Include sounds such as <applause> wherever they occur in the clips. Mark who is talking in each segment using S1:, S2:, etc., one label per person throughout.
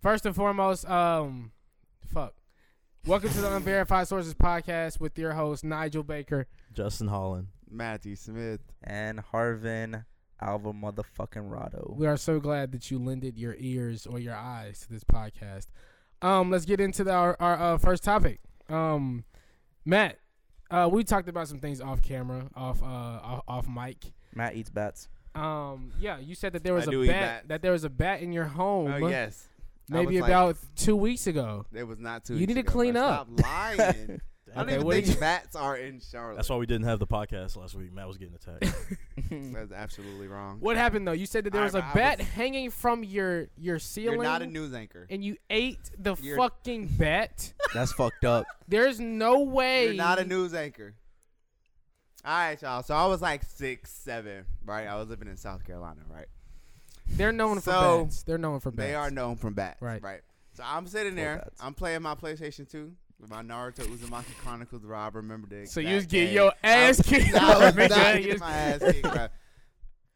S1: First and foremost, um, fuck. Welcome to the Unverified Sources podcast with your host Nigel Baker.
S2: Justin Holland.
S3: Matthew Smith.
S4: and Harvin Alva motherfucking Rado.
S1: We are so glad that you lended your ears or your eyes to this podcast. Um, let's get into the, our our uh, first topic. Um, Matt, uh, we talked about some things off camera, off uh, off, off mic.
S4: Matt eats bats.
S1: Um, yeah, you said that there was
S3: I do
S1: a
S3: eat
S1: bat
S3: bats.
S1: that there was a bat in your home.
S3: Oh yes, I
S1: maybe
S3: was like-
S1: about two weeks ago.
S3: it was not too.
S1: You need to clean up. <laughs>
S3: Stop lying. I don't
S1: Okay,
S3: even
S1: what did
S3: think
S1: you-
S3: bats are in Charlotte.
S2: That's why we didn't have the podcast last week. Matt was
S1: <laughs>
S2: getting attacked.
S3: That's absolutely wrong.
S1: What happened though? You said that there
S3: I-
S1: was a
S3: I
S1: bat
S3: was-
S1: hanging from your your ceiling.
S3: You're not a
S1: <laughs>
S3: news anchor.
S1: and you ate the
S3: You're-
S1: fucking bat.
S4: That's fucked up.
S1: There's no way.
S3: <laughs> You're not a news anchor. All right, y'all. So I was like six, seven, right? I was living in South Carolina, right?
S1: They're known for
S3: So,
S1: bats. They're known for bats.
S3: They are known from bats,
S1: Right.
S3: right? Right. So I'm sitting there.
S4: bats.
S3: I'm playing my PlayStation 2 with my Naruto Uzumaki Chronicles. Rob, remember the
S1: So
S3: exact
S1: you was getting
S3: day.
S1: your ass <laughs>
S3: <laughs>
S1: kicked
S3: I
S1: out,
S3: was
S1: nigga. You
S3: not getting
S1: was-
S3: my ass kicked, bro.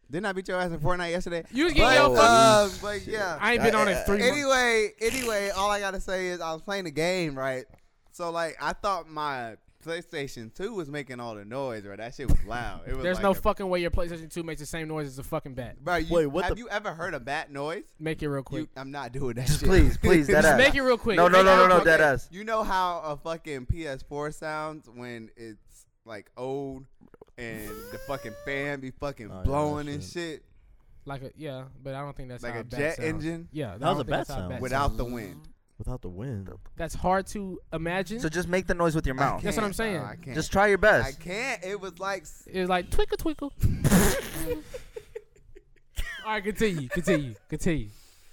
S3: Didn't I beat your ass in Fortnite yesterday?
S1: You was
S3: But,
S1: getting your
S4: Oh,
S1: fucking.
S3: uh, but yeah.
S1: I ain't been on it three months.
S3: Anyway, anyway, all I gotta say is I was playing the game, right? So like I thought my PlayStation 2 was making all the noise, right? That shit was loud. It was
S1: There's
S3: like
S1: no
S3: a-
S1: fucking way your PlayStation 2 makes the same noise as a fucking bat.
S3: Bro, you,
S2: Wait, what
S3: have
S2: the-
S3: you ever heard a bat noise?
S1: Make it real
S3: You,
S1: quick.
S3: I'm not doing that shit.
S4: please,
S3: <laughs>
S4: please, that
S1: Just
S4: ass.
S1: make it real quick.
S4: No, no,
S1: Make it
S4: no,
S1: real
S4: no, no,
S1: quick.
S4: dead ass.
S3: You know how a fucking PS4 sounds when it's like old and the fucking fan be fucking
S2: Oh, yeah,
S3: blowing
S2: that
S3: and
S2: shit.
S3: shit
S1: Like a yeah, but I don't think that's
S3: like
S1: how
S3: a
S1: bat
S3: jet
S1: sound.
S3: engine
S1: Yeah, I
S2: How's
S1: don't
S2: a
S1: think
S2: bat
S1: that's how
S2: sound?
S1: bat
S3: without
S1: sounds.
S3: the wind.
S2: Without the wind.
S1: That's hard to imagine.
S4: So just make the noise with your
S3: I
S4: mouth.
S1: That's what I'm
S3: can't, bro,
S1: saying.
S3: I can't.
S4: Just try your
S3: I
S4: <laughs> best.
S3: can't. It was like s-
S1: It's like twinkle
S3: <laughs>
S1: twinkle. All right, continue, continue, continue.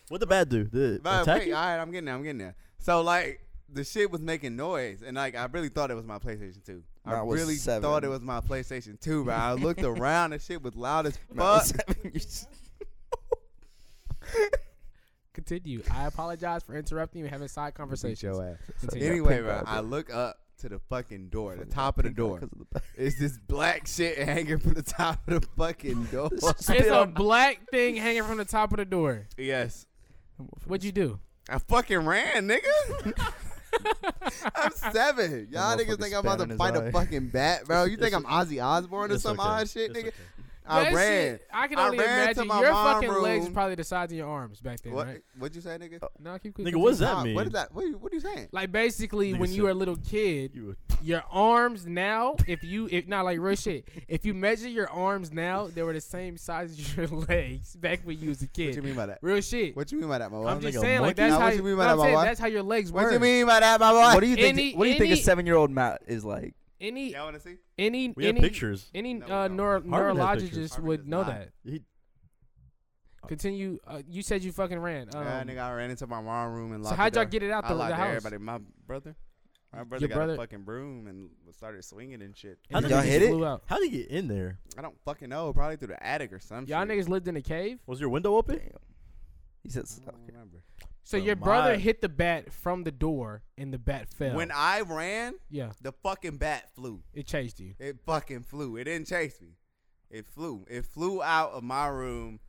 S2: What the bat do? Did it
S3: But
S2: attack
S3: wait,
S2: you?
S3: all right, I'm getting there. I'm getting there. So like the shit was making noise, and like I really thought it was my PlayStation 2. I
S4: Mine was
S3: really
S4: seven.
S3: thought it was my PlayStation 2, bro. I
S4: <laughs>
S3: looked around, the shit was loud as
S4: Matt
S3: fuck.
S4: was <laughs> having yours-
S1: Continue. I apologize for interrupting you and having side conversations. Continue.
S3: Anyway,
S4: pink
S3: bro,
S4: eye,
S3: I
S4: bro.
S3: look up to the fucking door, the top of the door.
S4: Because of the bat.
S3: It's this black shit hanging from the top of the fucking door.
S4: <laughs>
S1: It's
S4: Spit
S1: a
S4: on-
S1: black thing hanging from the top of the door.
S3: yes.
S1: What'd you do?
S3: I fucking ran, nigga. <laughs> I'm seven. Y'all
S4: That
S3: niggas think I'm
S4: motherfucker
S3: about
S4: spat in
S3: to
S4: his
S3: fight
S4: eye.
S3: a fucking bat, bro. You
S2: It's-
S3: think I'm Ozzy Osbourne or
S2: It's
S3: some
S2: okay.
S3: odd shit,
S2: It's
S3: nigga?
S2: okay.
S3: I
S1: That
S3: ran.
S1: shit- I can
S3: I
S1: only
S3: ran to
S1: imagine
S3: my
S1: your
S3: mom
S1: fucking legs
S3: room.
S1: probably the size of your arms back then,
S3: What?
S1: right?
S3: What'd you say, nigga?
S1: No, keep, keep
S2: Nigga, what
S1: continue.
S2: does that
S3: Nah,
S2: mean?
S3: What is that? What, are you- what are you saying?
S1: Like basically,
S2: Nigga
S1: when
S2: said-
S1: you were a little kid,
S2: You
S1: your arms now, if you if not like real shit, if you measure your arms now, they were the same size as your <laughs> legs back when you was a
S3: What you
S1: kid.
S3: mean by that?
S1: Real shit.
S3: What you mean by that, my boy?
S1: I'm
S2: nigga
S1: just saying, like
S2: monkey?
S1: that's
S3: Nah,
S1: how
S3: what you
S1: you,
S3: mean
S1: no,
S3: by
S1: I'm
S3: that, my
S1: saying,
S3: boy?
S1: that's how your legs
S3: What
S1: work.
S3: you mean by that, my boy?
S4: What do you think?
S1: Any-
S4: what do you think
S1: any-
S4: a seven-year-old Matt is like?
S1: Any
S3: Y'all want to see?
S1: any
S2: We have
S1: any
S2: pictures.
S1: any
S3: No, we
S1: uh,
S3: don't.
S1: neuro-
S2: has pictures.
S1: neurologist
S3: Harvard
S1: would
S3: does
S1: know
S3: not.
S1: that.
S2: He,
S1: Continue. Uh, you said you fucking ran. Um,
S3: yeah, nigga, I ran into my mom room and
S1: so
S3: locked
S1: how'd
S3: the
S1: y'all
S3: door.
S1: get it out
S3: I
S1: the,
S3: locked
S1: the house?
S3: everybody. My brother, my brother got
S1: brother-
S3: a fucking broom and started swinging and shit.
S2: How
S1: And
S2: did
S1: then
S2: y'all
S1: just
S4: hit it?
S1: flew out.
S2: how did he get in there?
S3: I don't fucking know. Probably through the attic or some
S1: Y'all
S3: shit.
S1: niggas lived in a cave.
S2: Was your window open?
S4: Damn. He says,
S3: I don't remember.
S1: So
S2: Bro,
S1: your brother
S2: my-
S1: hit the bat from the door, and the bat fell.
S3: When I ran,
S1: yeah,
S3: the fucking bat flew.
S1: it chased you.
S3: It fucking flew. It didn't chase me. It flew. It flew out of
S1: <laughs>
S3: my room,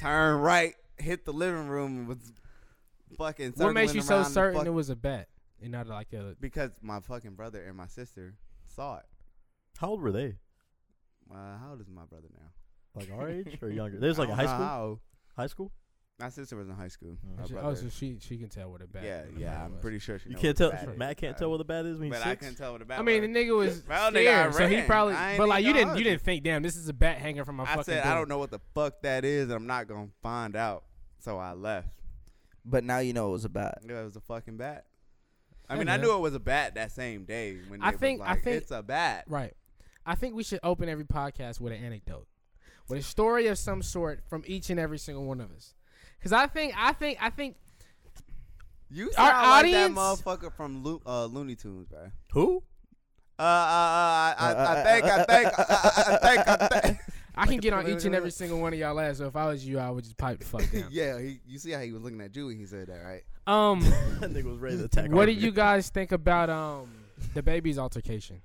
S3: turned right, hit the living room, and was fucking.
S1: what makes
S3: circling
S1: you so
S3: around the
S1: certain
S3: fuck-
S1: it was a bat and not like a?
S3: <laughs> because my fucking brother and my sister saw it.
S2: How old were they?
S3: Uh, how old is my brother now?
S2: Like our age
S1: <laughs>
S2: or younger? They was like
S3: I
S2: in
S3: don't
S2: high
S3: know
S2: school.
S3: how old.
S2: High school.
S3: My sister was in high school.
S2: Oh,
S3: My
S1: she- oh,
S3: brother-
S1: so she she can tell what a bat.
S3: yeah,
S1: what a bat
S3: yeah. I'm
S1: was.
S3: pretty sure she.
S2: You
S3: know
S2: can't
S3: what
S2: tell.
S3: a bat is.
S2: Matt can't tell what the bat is when he's
S3: But I
S2: six.
S3: can tell what a bat.
S1: I mean,
S3: was.
S1: the nigga was
S3: <laughs> Well, nigga, I
S1: scared, so he
S3: ran.
S1: probably.
S3: I ain't
S1: But like,
S3: even
S1: you
S3: gonna
S1: didn't,
S3: hold
S1: you
S3: you.
S1: didn't think, damn, this is a bat hanging from my
S3: I
S1: fucking.
S3: said,
S1: door.
S3: I don't know what the fuck that is, and I'm not gonna find out. So I left.
S4: but now you know it was a bat.
S3: I knew it was a fucking bat. I
S1: Yeah,
S3: mean, I
S1: man.
S3: knew it was a bat that same day when
S1: I
S3: it was
S1: think- I
S3: like,
S1: think-
S3: it's a bat.
S1: Right. I think we should open every podcast with an anecdote, with a story of some sort from each and every single one of us. Because I think, I think, I think
S3: You
S1: Our
S3: sound like
S1: audience-
S3: that motherfucker from Lo- uh, Looney Tunes, bro.
S2: Who? <laughs>
S3: Uh, uh, uh, I, I, I think, I think, I, I, I think, <laughs>
S1: <laughs>
S3: I think.
S1: I can get on each and every single one of y'all ass. So if I was you, I would just pipe the fuck down.
S3: <laughs> Yeah, he, you see how he was looking at you when he said that, right?
S1: Um,
S2: that nigga was ready to attack.
S1: what
S2: do
S1: did you guys think about um the baby's altercation?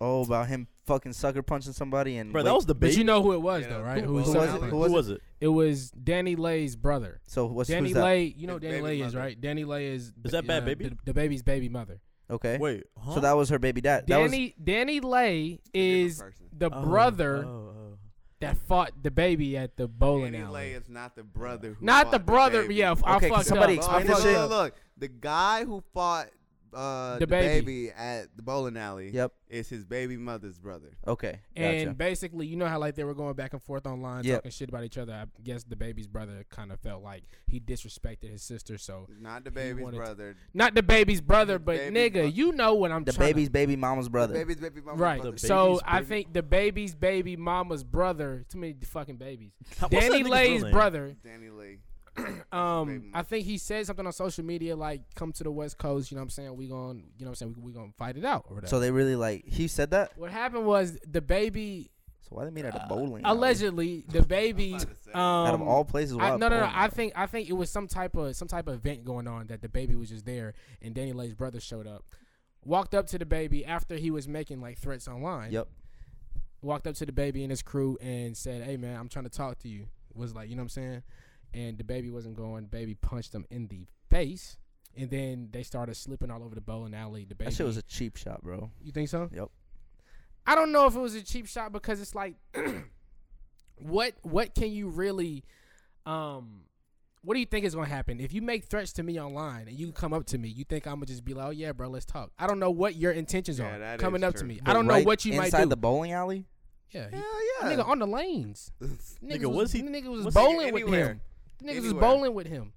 S4: Oh, about him fucking sucker punching somebody and
S2: Bro,
S4: wait,
S2: that was the
S1: But
S2: bait.
S1: you know who it was
S3: Yeah.
S1: though, right?
S3: Who
S1: Who,
S3: was
S1: was
S4: who
S1: sucking
S4: was it?
S1: dick.
S4: Who
S2: Who
S4: was it?
S2: was it?
S1: It was Danny Lay's brother.
S4: So what's
S1: Danny
S4: who's that?
S1: Lay, you know
S3: His
S1: Danny
S3: baby
S1: Lay is
S3: mother.
S1: right. Danny Lay is
S2: Is that Bad
S1: uh,
S2: Baby?
S1: The, the baby's baby mother.
S4: Okay.
S2: Wait,
S1: Eh,
S2: huh?
S4: So that was her baby dad. That was
S1: Danny Danny Lay is the
S2: Oh,
S1: brother
S2: oh, oh.
S1: that fought the baby at the bowling
S3: Danny
S1: alley.
S3: Lay is not the brother. Who
S1: Not
S3: fought
S1: the brother.
S3: baby.
S1: yeah, I
S4: Okay, can
S1: fucked up.
S4: somebody
S1: I
S3: Look,
S4: explain this
S3: look,
S1: fucked
S4: shit?
S1: up.
S3: Look, look, the guy who fought uh,
S1: The
S3: the
S1: baby.
S3: baby. at the bowling alley
S4: Yep.
S3: is his baby mother's brother.
S4: Okay.
S1: And
S4: Gotcha.
S1: basically, you know how like they were going back and forth online
S4: Yep.
S1: talking shit about each other. I guess the baby's brother kind of felt like he disrespected his sister, so
S3: Not the baby's
S1: wanted to-
S3: brother.
S1: not the baby's brother, but
S3: baby's
S1: nigga,
S3: bro-
S1: you know what I'm
S4: The
S1: tryna-
S4: baby's baby mama's brother.
S3: The baby's baby mama's
S1: Right.
S3: brother.
S2: The
S1: so
S2: baby's
S1: I
S2: baby-
S1: think the baby's baby mama's brother, too many fucking babies.
S2: How- what's that
S1: Danny
S2: nigga's real
S1: Lay's
S2: name?
S1: brother.
S3: Danny Lay. baby
S1: <coughs> Um,
S3: mama.
S1: I think he said something on social media like, "Come to the West Coast." You know what I'm saying? We gon' you know what I'm saying? We, we gonna fight it out or whatever.
S4: So they really like he said that.
S1: what happened was the baby uh,
S4: So why they meet at
S2: Uh,
S4: a bowling? alley?
S1: allegedly the baby.
S3: I'm about to say.
S1: Um,
S4: Out of all places.
S1: I,
S4: why a
S1: no, no, no.
S4: bowling
S1: I
S4: alley?
S1: think I think it was some type of some type of event going on that the baby was just there, and Danny Lay's brother showed up, walked up to the baby after he was making like threats online.
S4: Yep.
S1: Walked up to the baby and his crew and said, "Hey, man, I'm trying to talk to you." Was like, you know what I'm saying? And the baby wasn't going. Baby punched him in the face, and then they started slipping all over the bowling alley. The baby.
S4: That shit was a cheap shot, bro.
S1: you think so?
S4: Yep.
S1: I don't know if it was a cheap shot because it's like, <clears throat> what what can you really, um, what do you think is gonna happen if you make threats to me online and you come up to me? You think I'm gonna just be like, oh yeah, bro, let's talk? I don't know what your intentions
S3: Yeah,
S1: are
S3: that
S1: coming
S3: is
S1: up to
S3: true.
S1: me.
S4: But
S1: I don't know
S4: right
S1: what you might
S4: inside
S1: do.
S4: the bowling alley.
S1: yeah, he-
S3: Hell
S1: <laughs>
S3: yeah.
S1: nigga on the lanes.
S2: Nigga, was he-
S1: Nigga was
S2: was he
S1: bowling with
S3: anywhere?
S1: him. Niggas was
S3: Anywhere.
S1: bowling with him.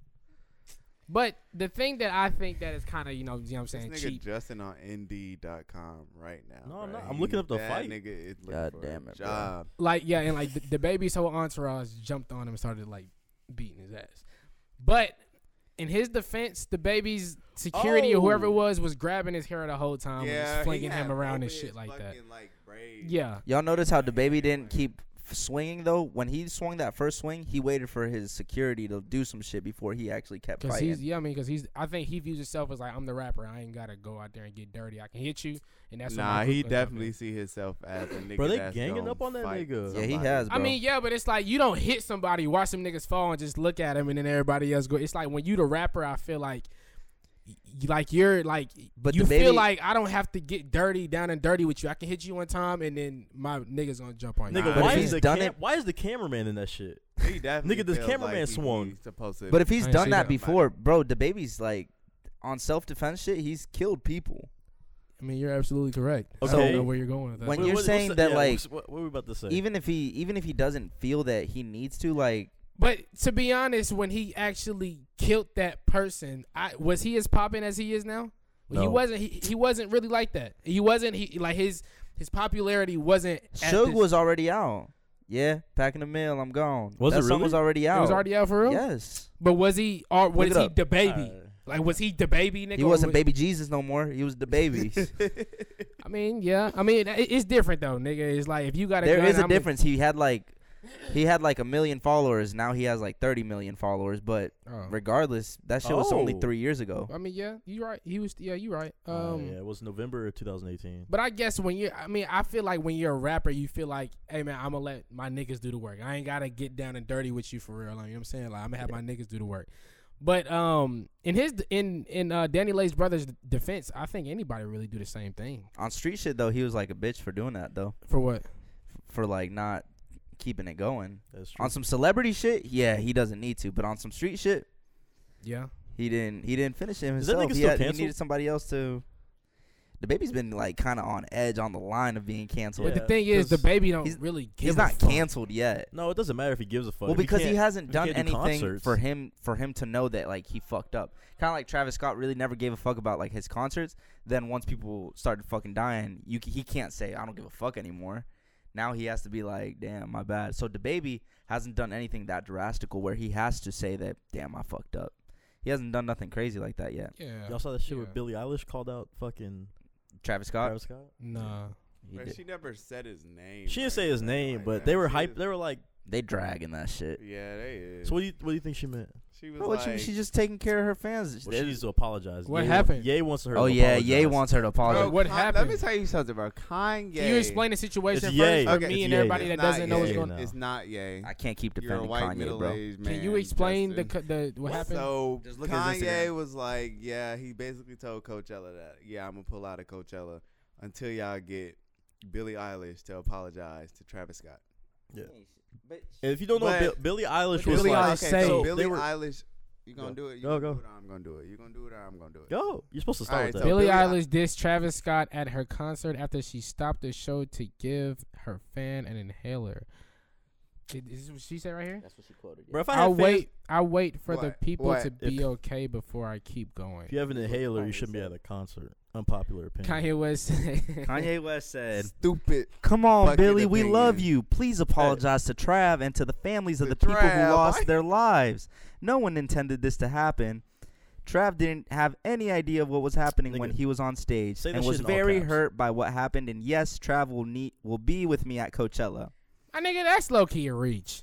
S1: But the thing that I think that is kind of you know, you know what I'm saying
S3: This nigga
S1: cheap.
S3: Justin on Indeed.com right now.
S2: No, I'm
S3: bro.
S2: not. I'm looking up the
S3: that
S2: fight.
S3: Nigga is looking
S4: God
S3: for
S4: damn
S3: a
S4: it, bro.
S3: job.
S1: like yeah, and like the, the baby's whole entourage jumped on him and started like beating his ass. But in his defense, the baby's security or whoever it
S2: Oh.
S1: was was grabbing his hair the whole time and
S3: Yeah,
S1: just Um, flinging
S3: he
S1: him
S3: had
S1: around and
S3: open
S1: shit
S3: his
S1: like that.
S3: fucking, like, braids.
S1: Yeah,
S4: Y'all notice how the baby didn't keep f- swinging though. When he swung that first swing, he waited for his security to do some shit before he actually kept
S1: because he's
S4: fighting.
S1: yeah, I mean, because he's I think he views himself as like I'm the rapper. I ain't gotta go out there and get dirty. I can hit you, and that's when my
S3: nah,
S1: group gonna
S3: he
S1: come in.
S3: definitely see himself as a nigga.
S2: Bro, they
S3: that's
S2: ganging
S3: gonna
S2: up on that
S3: fight
S2: nigga.
S4: Yeah, he
S3: somebody.
S4: has. Bro.
S1: I mean, yeah, but it's like you don't hit somebody, watch some niggas fall, and just look at him, and then everybody else go. It's like when you the rapper, I feel like, y- like you're like,
S4: But
S1: you
S4: the baby-
S1: feel like I don't have to get dirty, down and dirty with you. I can hit you one time, and then my niggas gonna jump on you.
S2: Nigga,
S3: But
S2: why
S3: if
S2: is
S4: he's
S2: the
S4: done
S2: cam-
S4: it-
S2: why is the cameraman in that shit?
S3: He definitely
S2: Nigga, this
S3: feels
S2: cameraman
S3: like he-
S2: swung.
S3: he's supposed to.
S4: But if he's
S1: I ain't
S4: done
S1: seen
S4: that
S1: that.
S4: before, bro, the baby's like on self defense shit. He's killed people.
S1: I mean, you're absolutely correct. I
S2: Okay.
S1: don't know where you're going with that.
S4: When
S2: Wait,
S4: you're
S2: what's
S4: saying
S2: the-
S4: that,
S2: yeah,
S4: like,
S2: what's- what, what were we about to say?
S4: Even if he, even if he doesn't feel that he needs to, like,
S1: But to be honest, when he actually killed that person, I was he as popping as he is now? Well, He
S2: No.
S1: wasn't. He, he wasn't really like that. He wasn't. He like his his popularity wasn't. at
S4: Suge
S1: this-
S4: was already out. Yeah, packing the mail. I'm gone.
S2: Was
S4: that
S2: it
S4: song
S2: really?
S4: was already out.
S1: It was already out for real.
S4: Yes,
S1: But was he or
S4: Look
S1: was
S4: it
S1: he
S4: up.
S1: the baby?
S2: Uh,
S1: like was he the baby nigga?
S4: he
S1: or
S4: wasn't
S1: was-
S4: baby Jesus no more. He was the baby.
S1: I mean, yeah. I mean, it, it's different though, nigga. It's like if you got a
S4: there
S1: gun,
S4: is a
S1: I'm
S4: difference. He had like, he had like a million followers. Now he has like 30 million followers. But
S1: oh.
S4: regardless, that shit was only
S2: Oh.
S4: three years ago.
S1: I mean, yeah, you right. He was yeah, you right. Um,
S4: Oh,
S2: uh, yeah, it was November of 2018.
S1: But I guess when you, I mean, I feel like when you're a rapper, you feel like, hey man, I'm gonna let my niggas do the work. I ain't gotta get down and dirty with you for real. Like, you know what I'm saying? Like, I'm gonna have my niggas do the work. But um, in his in in uh, Danny Lay's brother's defense, I think anybody really do the same thing
S4: On street shit though, he was like a bitch for doing that though,
S1: for what?
S4: for like not keeping it going.
S2: That's true.
S4: On some celebrity shit, yeah, he doesn't need to. But on some street shit,
S1: Yeah,
S4: He didn't. He didn't finish him
S2: Is that
S4: himself.
S2: nigga
S4: He,
S2: still
S4: had, he
S2: canceled?
S4: needed somebody else to. The baby's been like kind of on edge, on the line of being canceled.
S1: but the
S2: Yeah,
S1: thing is, the
S2: 'cause
S1: baby don't
S4: he's-
S1: really give.
S4: He's
S1: a
S4: not
S1: fuck.
S4: canceled yet.
S2: no, it doesn't matter if he gives a fuck.
S4: Well,
S2: If he
S4: because he,
S2: can't-
S4: hasn't done
S2: can't do
S4: anything for
S2: concerts.
S4: him for him to know that like he fucked up. Kind of like Travis Scott really never gave a fuck about like his concerts. Then once people started fucking dying, you c- he can't say I don't give a fuck anymore. Now he has to be like, damn, my bad. So the baby hasn't done anything that drastical where he has to say that, damn, I fucked up. He hasn't done nothing crazy like that yet.
S1: Yeah.
S2: y'all saw that shit where
S1: Yeah.
S2: Billie Eilish called out fucking
S4: Travis Scott.
S2: Travis Scott.
S1: Nah.
S4: he
S3: Bro,
S4: did.
S3: she never said his name.
S2: She didn't
S3: like
S2: say his
S3: that,
S2: name,
S3: like
S2: but
S3: that.
S2: they were
S3: Oh She
S2: hype.
S3: just-
S2: They were like,
S4: They dragging that shit.
S3: Yeah, they is.
S2: so what do you what do you think she meant?
S3: She was
S4: Bro, what
S3: like,
S4: you mean? she's just taking care of her fans.
S2: Well, she needs to apologize.
S1: What
S2: Ye-
S1: happened?
S2: Ye wants her.
S4: oh
S2: to
S4: yeah,
S2: apologize.
S4: Ye wants her
S3: Bro,
S4: to
S1: Bro,
S4: apologize.
S1: what
S3: Con- Let me
S1: happened?
S3: tell you something, bro. Kanye.
S1: Can you explain the situation
S2: It's
S1: first
S2: yay.
S1: for
S3: Okay.
S1: me
S3: It's
S1: and
S2: yay,
S1: everybody
S3: It's
S1: that
S3: not
S1: doesn't know what's
S3: yay.
S1: going.
S2: on.
S1: on?
S2: now.
S3: It's not yay.
S4: I can't keep
S3: You're a
S4: defending
S3: white
S4: Kanye, bro.
S3: middle-aged man.
S1: Can you explain the
S3: Justin.
S1: co- the what happened?
S3: So
S4: Just look at his
S3: Kanye
S4: Instagram.
S3: was like, yeah, he basically told Coachella that, yeah, I'm gonna pull out of Coachella until y'all get Billie Eilish to apologize to Travis Scott.
S2: And if you don't know,
S3: But-
S2: Bill, Billie Eilish
S1: Billie
S2: was
S1: Eilish
S2: like,
S1: Okay, said-
S2: so
S1: so
S3: Billie
S2: they were,
S3: Eilish, you gonna
S2: Go.
S3: do it? You
S2: Go,
S3: gonna
S2: go.
S3: do it? Or I'm gonna do it. You gonna do it? Or I'm gonna do it.
S2: go. You're supposed to start
S3: Alright,
S2: with that.
S3: so-
S1: Billie
S3: Billie
S1: Eilish dissed Travis Scott at her concert after she stopped the show to give her fan an inhaler. Did- Is this what she said right here?
S4: That's what she quoted.
S2: Bro, if I had
S1: I
S2: fans-
S1: wait. I wait for the
S3: What?
S1: people
S3: What?
S1: to be
S2: If-
S1: okay before I keep going.
S2: If you have an
S4: That's what
S2: inhaler, you
S4: Kanye
S2: shouldn't be
S4: said.
S2: at a concert. Unpopular opinion.
S1: Kanye West. <laughs>
S4: <laughs> Kanye West said,
S3: Stupid.
S4: "Come on,
S3: Fucking
S4: Billy, we love
S3: opinion.
S4: you. Please apologize to Trav and to the families of
S3: To
S4: the people
S3: Trav,
S4: who lost
S3: I-
S4: their lives. No one intended this to happen." Trav didn't have any idea of what was happening when
S2: Nigga,
S4: he was on stage
S2: say that
S4: and
S2: shit
S4: was
S2: in all
S4: very
S2: caps.
S4: hurt by what happened. And yes, Trav will need will be with me at Coachella.
S1: I Ah, nigga, that's low key a reach.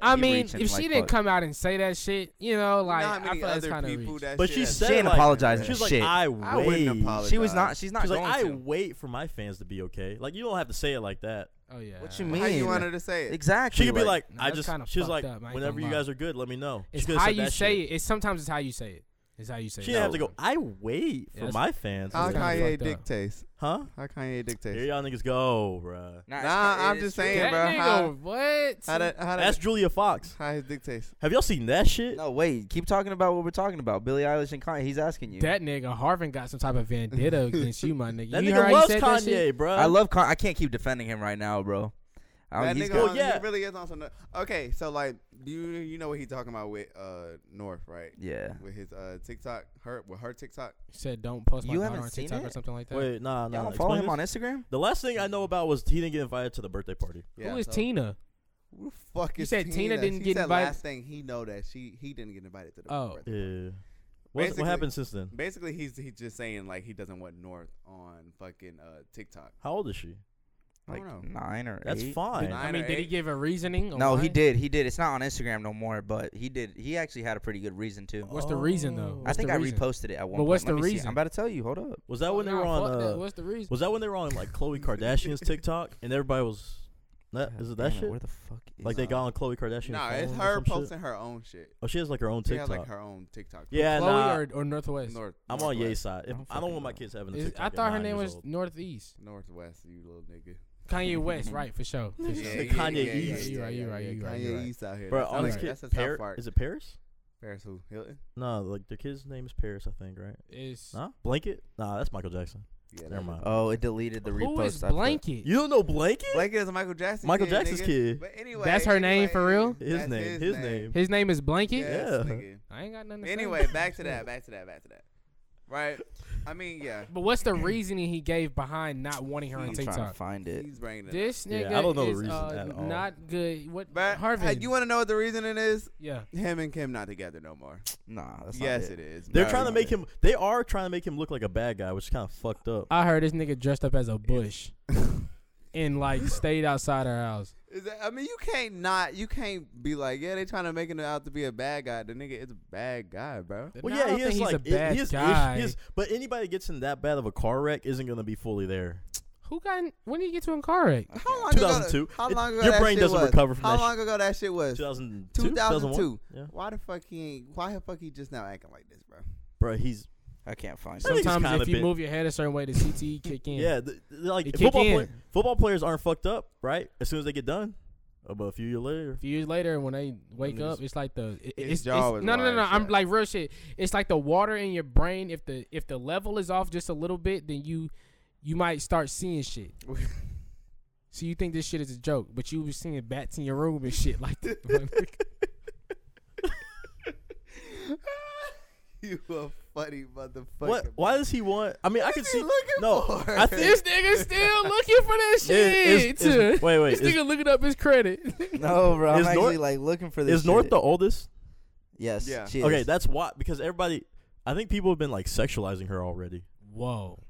S1: I
S4: He
S1: mean,
S4: reaching
S1: if
S4: like
S1: she didn't
S4: fuck.
S1: come out and say that shit, you know, like
S3: Not
S1: I
S3: many
S1: feel like it's
S3: other
S1: kind of
S3: people
S1: reach.
S3: that
S2: but
S3: shit
S2: she
S3: has
S2: said
S4: She ain't
S2: like,
S4: apologizing
S2: She was
S4: to
S2: like,
S4: shit.
S2: I
S3: I wouldn't
S2: wait.
S3: apologize.
S4: she was not. She's not
S2: She's like,
S4: going
S2: I
S4: to.
S2: wait for my fans to be okay. Like, you don't have to say it like that.
S1: Oh yeah.
S4: What you
S3: How you
S4: mean?
S3: want her to say it?
S4: Exactly.
S2: She could be like,
S1: nah,
S2: I
S1: that's
S2: just.
S1: kinda
S2: She was
S1: fucked
S2: like,
S1: up, I ain't
S2: whenever
S1: gonna
S2: you
S1: lie.
S2: guys are good, let me know. She
S1: It's
S2: could've
S1: how
S2: said
S1: you
S2: that
S1: say
S2: shit.
S1: it. It's sometimes it's how you say it. It's how you say
S2: She
S1: it.
S2: didn't have to
S1: No.
S2: go. I wait
S1: Yeah,
S2: for
S1: that's-
S2: my fans.
S3: How
S1: That's
S2: to be
S1: kinda
S3: Kanye
S1: fucked up.
S3: dictates?
S2: Huh?
S3: How Kanye
S2: Here
S3: dictates?
S2: y'all niggas go, bruh.
S3: it's- Nah, I'm it just is true. saying,
S1: That
S3: bro,
S1: nigga,
S3: how-
S1: what?
S3: How that? How
S2: That's
S3: that?
S2: Julia Fox.
S3: How his dictates?
S2: Have y'all seen that shit?
S4: No, wait. Keep talking about what we're talking about. Billie Eilish and Kanye. He's asking
S1: <laughs>
S4: you.
S1: That nigga Harvin got some type of vendetta against you, my nigga.
S2: That
S1: you heard
S2: nigga
S1: how he
S2: loves
S1: said that shit?
S2: Kanye, bruh.
S4: I love. Con- I can't keep defending him right now, bro. I
S3: That
S4: mean, he's
S3: nigga,
S4: got-
S2: Well,
S3: on-
S2: yeah.
S3: he really is on some. Okay, so like, do you you know what he talking about with uh North, right?
S4: yeah.
S3: With his uh TikTok, her with her TikTok.
S1: Said don't post my
S4: You
S1: daughter
S4: haven't
S1: on
S4: seen
S1: TikTok or
S4: it?
S1: something like that.
S2: Wait, nah,
S4: Y'all
S2: nah.
S4: don't follow
S2: explain
S4: him on
S2: this.
S4: Instagram?
S2: The last thing I know about was he didn't get invited to the birthday party.
S1: Who is
S3: so-
S1: Tina?
S3: Who the fuck
S1: You
S3: is
S1: said
S3: Tina?
S1: Tina didn't
S3: she
S1: get
S3: said
S1: invited-
S3: Last thing he know that she he didn't get invited to the
S1: Oh.
S3: birthday.
S2: Yeah. What,
S3: Basically-
S2: what happened since then?
S3: Basically, he's he's just saying like he doesn't want North on fucking uh TikTok.
S2: How old is she?
S3: I
S4: Like
S3: don't know.
S4: nine or
S2: That's
S4: eight?
S2: fine.
S1: I
S3: Nine
S1: mean,
S3: or
S1: did he
S3: eight?
S1: give a reasoning? or
S4: No,
S1: why?
S4: he did. He did. It's not on Instagram no more, but he did. He actually had a pretty good reason too.
S1: What's the reason though?
S2: I
S4: Oh. I
S1: What's
S4: think
S1: the
S4: I
S1: reason?
S4: reposted it at one.
S1: But
S4: point.
S1: what's
S4: Let
S1: the
S4: me see.
S1: reason?
S4: I'm about to tell you. Hold up.
S2: Was that when they
S1: Nah,
S2: were on?
S1: fuck that.
S2: Uh,
S1: What's the reason?
S2: was that when they were on like Khloe Kardashian's TikTok and everybody was? That,
S4: God
S2: is it
S4: damn
S2: that shit?
S4: Where the fuck is?
S2: Like they got on Khloe Kardashian's
S3: No, it's
S2: phone or
S3: her
S2: some shit?
S3: posting her own shit.
S2: Oh, she has like her own
S3: She
S2: TikTok.
S3: has like her own TikTok.
S2: yeah,
S1: Chloe
S2: nah.
S1: or, or Northwest?
S3: North.
S2: I'm on Ye's
S3: Northwest.
S2: side. If,
S4: I
S2: I
S4: don't
S2: don't
S4: fucking
S2: want my
S4: know.
S2: kids having a
S1: Is-
S2: TikTok.
S1: I thought
S2: at
S1: her
S2: nine
S1: name
S2: years
S1: was
S2: old.
S1: Northeast.
S3: Northwest. You little
S1: <laughs>
S3: nigga.
S1: Kanye West, right? For sure. For
S2: Yeah,
S1: sure.
S2: yeah, Kanye
S1: yeah,
S2: East.
S1: You right, you right, you right, you
S3: Kanye
S1: right.
S3: East out here.
S2: Bro,
S3: That's
S2: all these
S3: South-
S2: kids.
S3: That's a
S2: Par-
S3: South Park.
S2: is it Paris?
S3: Paris who? Hilton.
S2: No, like the kid's name's Paris, I think, right?
S1: Is
S2: Nah, Blanket. Nah, that's Michael Jackson.
S3: Yeah,
S2: Never mind.
S4: Oh, it deleted the repost.
S1: who is
S4: I put-
S1: Blanket?
S2: You don't know Blanket?
S3: Blake is a Michael Jackson.
S2: Michael
S3: kid,
S2: Jackson's
S3: nigga.
S2: kid.
S3: But anyway,
S1: That's her name for
S3: anyway,
S1: real?
S2: His
S3: that's
S2: name. His name.
S1: His name is Blanket.
S3: Yes,
S2: Yeah.
S1: <laughs>
S3: nigga.
S1: I ain't got nothing. To say.
S3: Anyway, back to that. Back to that. Back to that. Right. <laughs> I mean, yeah.
S1: <laughs> But what's
S3: <clears throat>
S1: the reasoning he gave behind not wanting her on
S4: I'm trying to
S1: TikTok?
S4: find it.
S3: He's bringing it.
S1: This nigga
S2: Yeah, I don't know the
S1: is
S2: reason
S1: uh,
S2: at all.
S1: not good. What
S3: But
S1: Harvey?
S3: hey, you want to know what the reasoning is?
S1: yeah,
S3: Him and Kim not together no more.
S4: Nah, that's
S3: yes,
S4: not
S3: it is.
S2: They're
S3: bro.
S2: trying to make him. They are trying to make him look like a bad guy, which is kind of fucked up.
S1: I heard this nigga dressed up as a
S3: <laughs>
S1: bush and like stayed outside her house.
S3: Is that, I mean, you can't not. You can't be like, yeah, they trying to make him out to be a bad guy. The nigga is a bad guy, bro.
S2: Well,
S1: No, I
S2: yeah,
S1: don't
S2: he
S1: think
S2: is
S1: he's
S2: like
S1: a bad
S2: he is,
S1: guy.
S2: He is, but anybody that gets in that bad of a car wreck isn't gonna be fully there.
S1: Who got? In, when did he get to a car wreck?
S3: How long
S2: 2002.
S3: Ago, how
S2: It-
S3: long ago
S2: your
S3: that
S2: brain
S3: shit
S2: doesn't
S3: was?
S2: recover from
S3: How
S2: that
S3: long ago that shit was?
S2: 2002,
S3: 2002.
S2: Yeah,
S3: Why the fuck he ain't? Why the fuck he just now acting like this, bro? <laughs>
S2: bro, he's
S4: I can't find
S2: Some-
S4: it.
S2: think it's
S1: Sometimes
S2: kinda
S1: if you
S2: been-
S1: move your head a certain way, the CTE kick in.
S2: yeah, th- th- like
S1: It kick
S2: football,
S1: in.
S2: play- football players aren't fucked up, right? As soon as they get done, uh, but a few years later,
S1: A few years later, when they wake
S2: niggas-
S1: up, it's like the it-
S3: His
S1: it's, it's
S3: jaw is
S1: no no no no.
S3: wide
S1: I'm
S3: shut.
S1: like real shit. It's like the water in your brain. If the if the level is off just a little bit, then you you might start seeing shit. so you think this shit is a joke, but you was seeing bats in your room and shit like that. <laughs> my nigga.
S3: you a funny motherfucker.
S2: what? Why does he want? I mean, I can
S3: is
S2: see.
S3: he looking
S2: <laughs> no,
S3: for?
S2: I think
S1: this nigga still looking for that
S2: it-
S1: shit.
S2: is- is-
S1: <laughs>
S2: wait, wait,
S1: this
S2: is,
S1: nigga looking up his credit. <laughs>
S4: No, bro. I'm
S2: Is
S4: actually
S2: North-
S4: like looking for this.
S2: is North
S4: shit.
S2: the oldest?
S4: Yes.
S3: Yeah.
S4: she
S2: Okay,
S4: is.
S2: that's why because everybody, I think people have been like sexualizing her already.
S1: Whoa.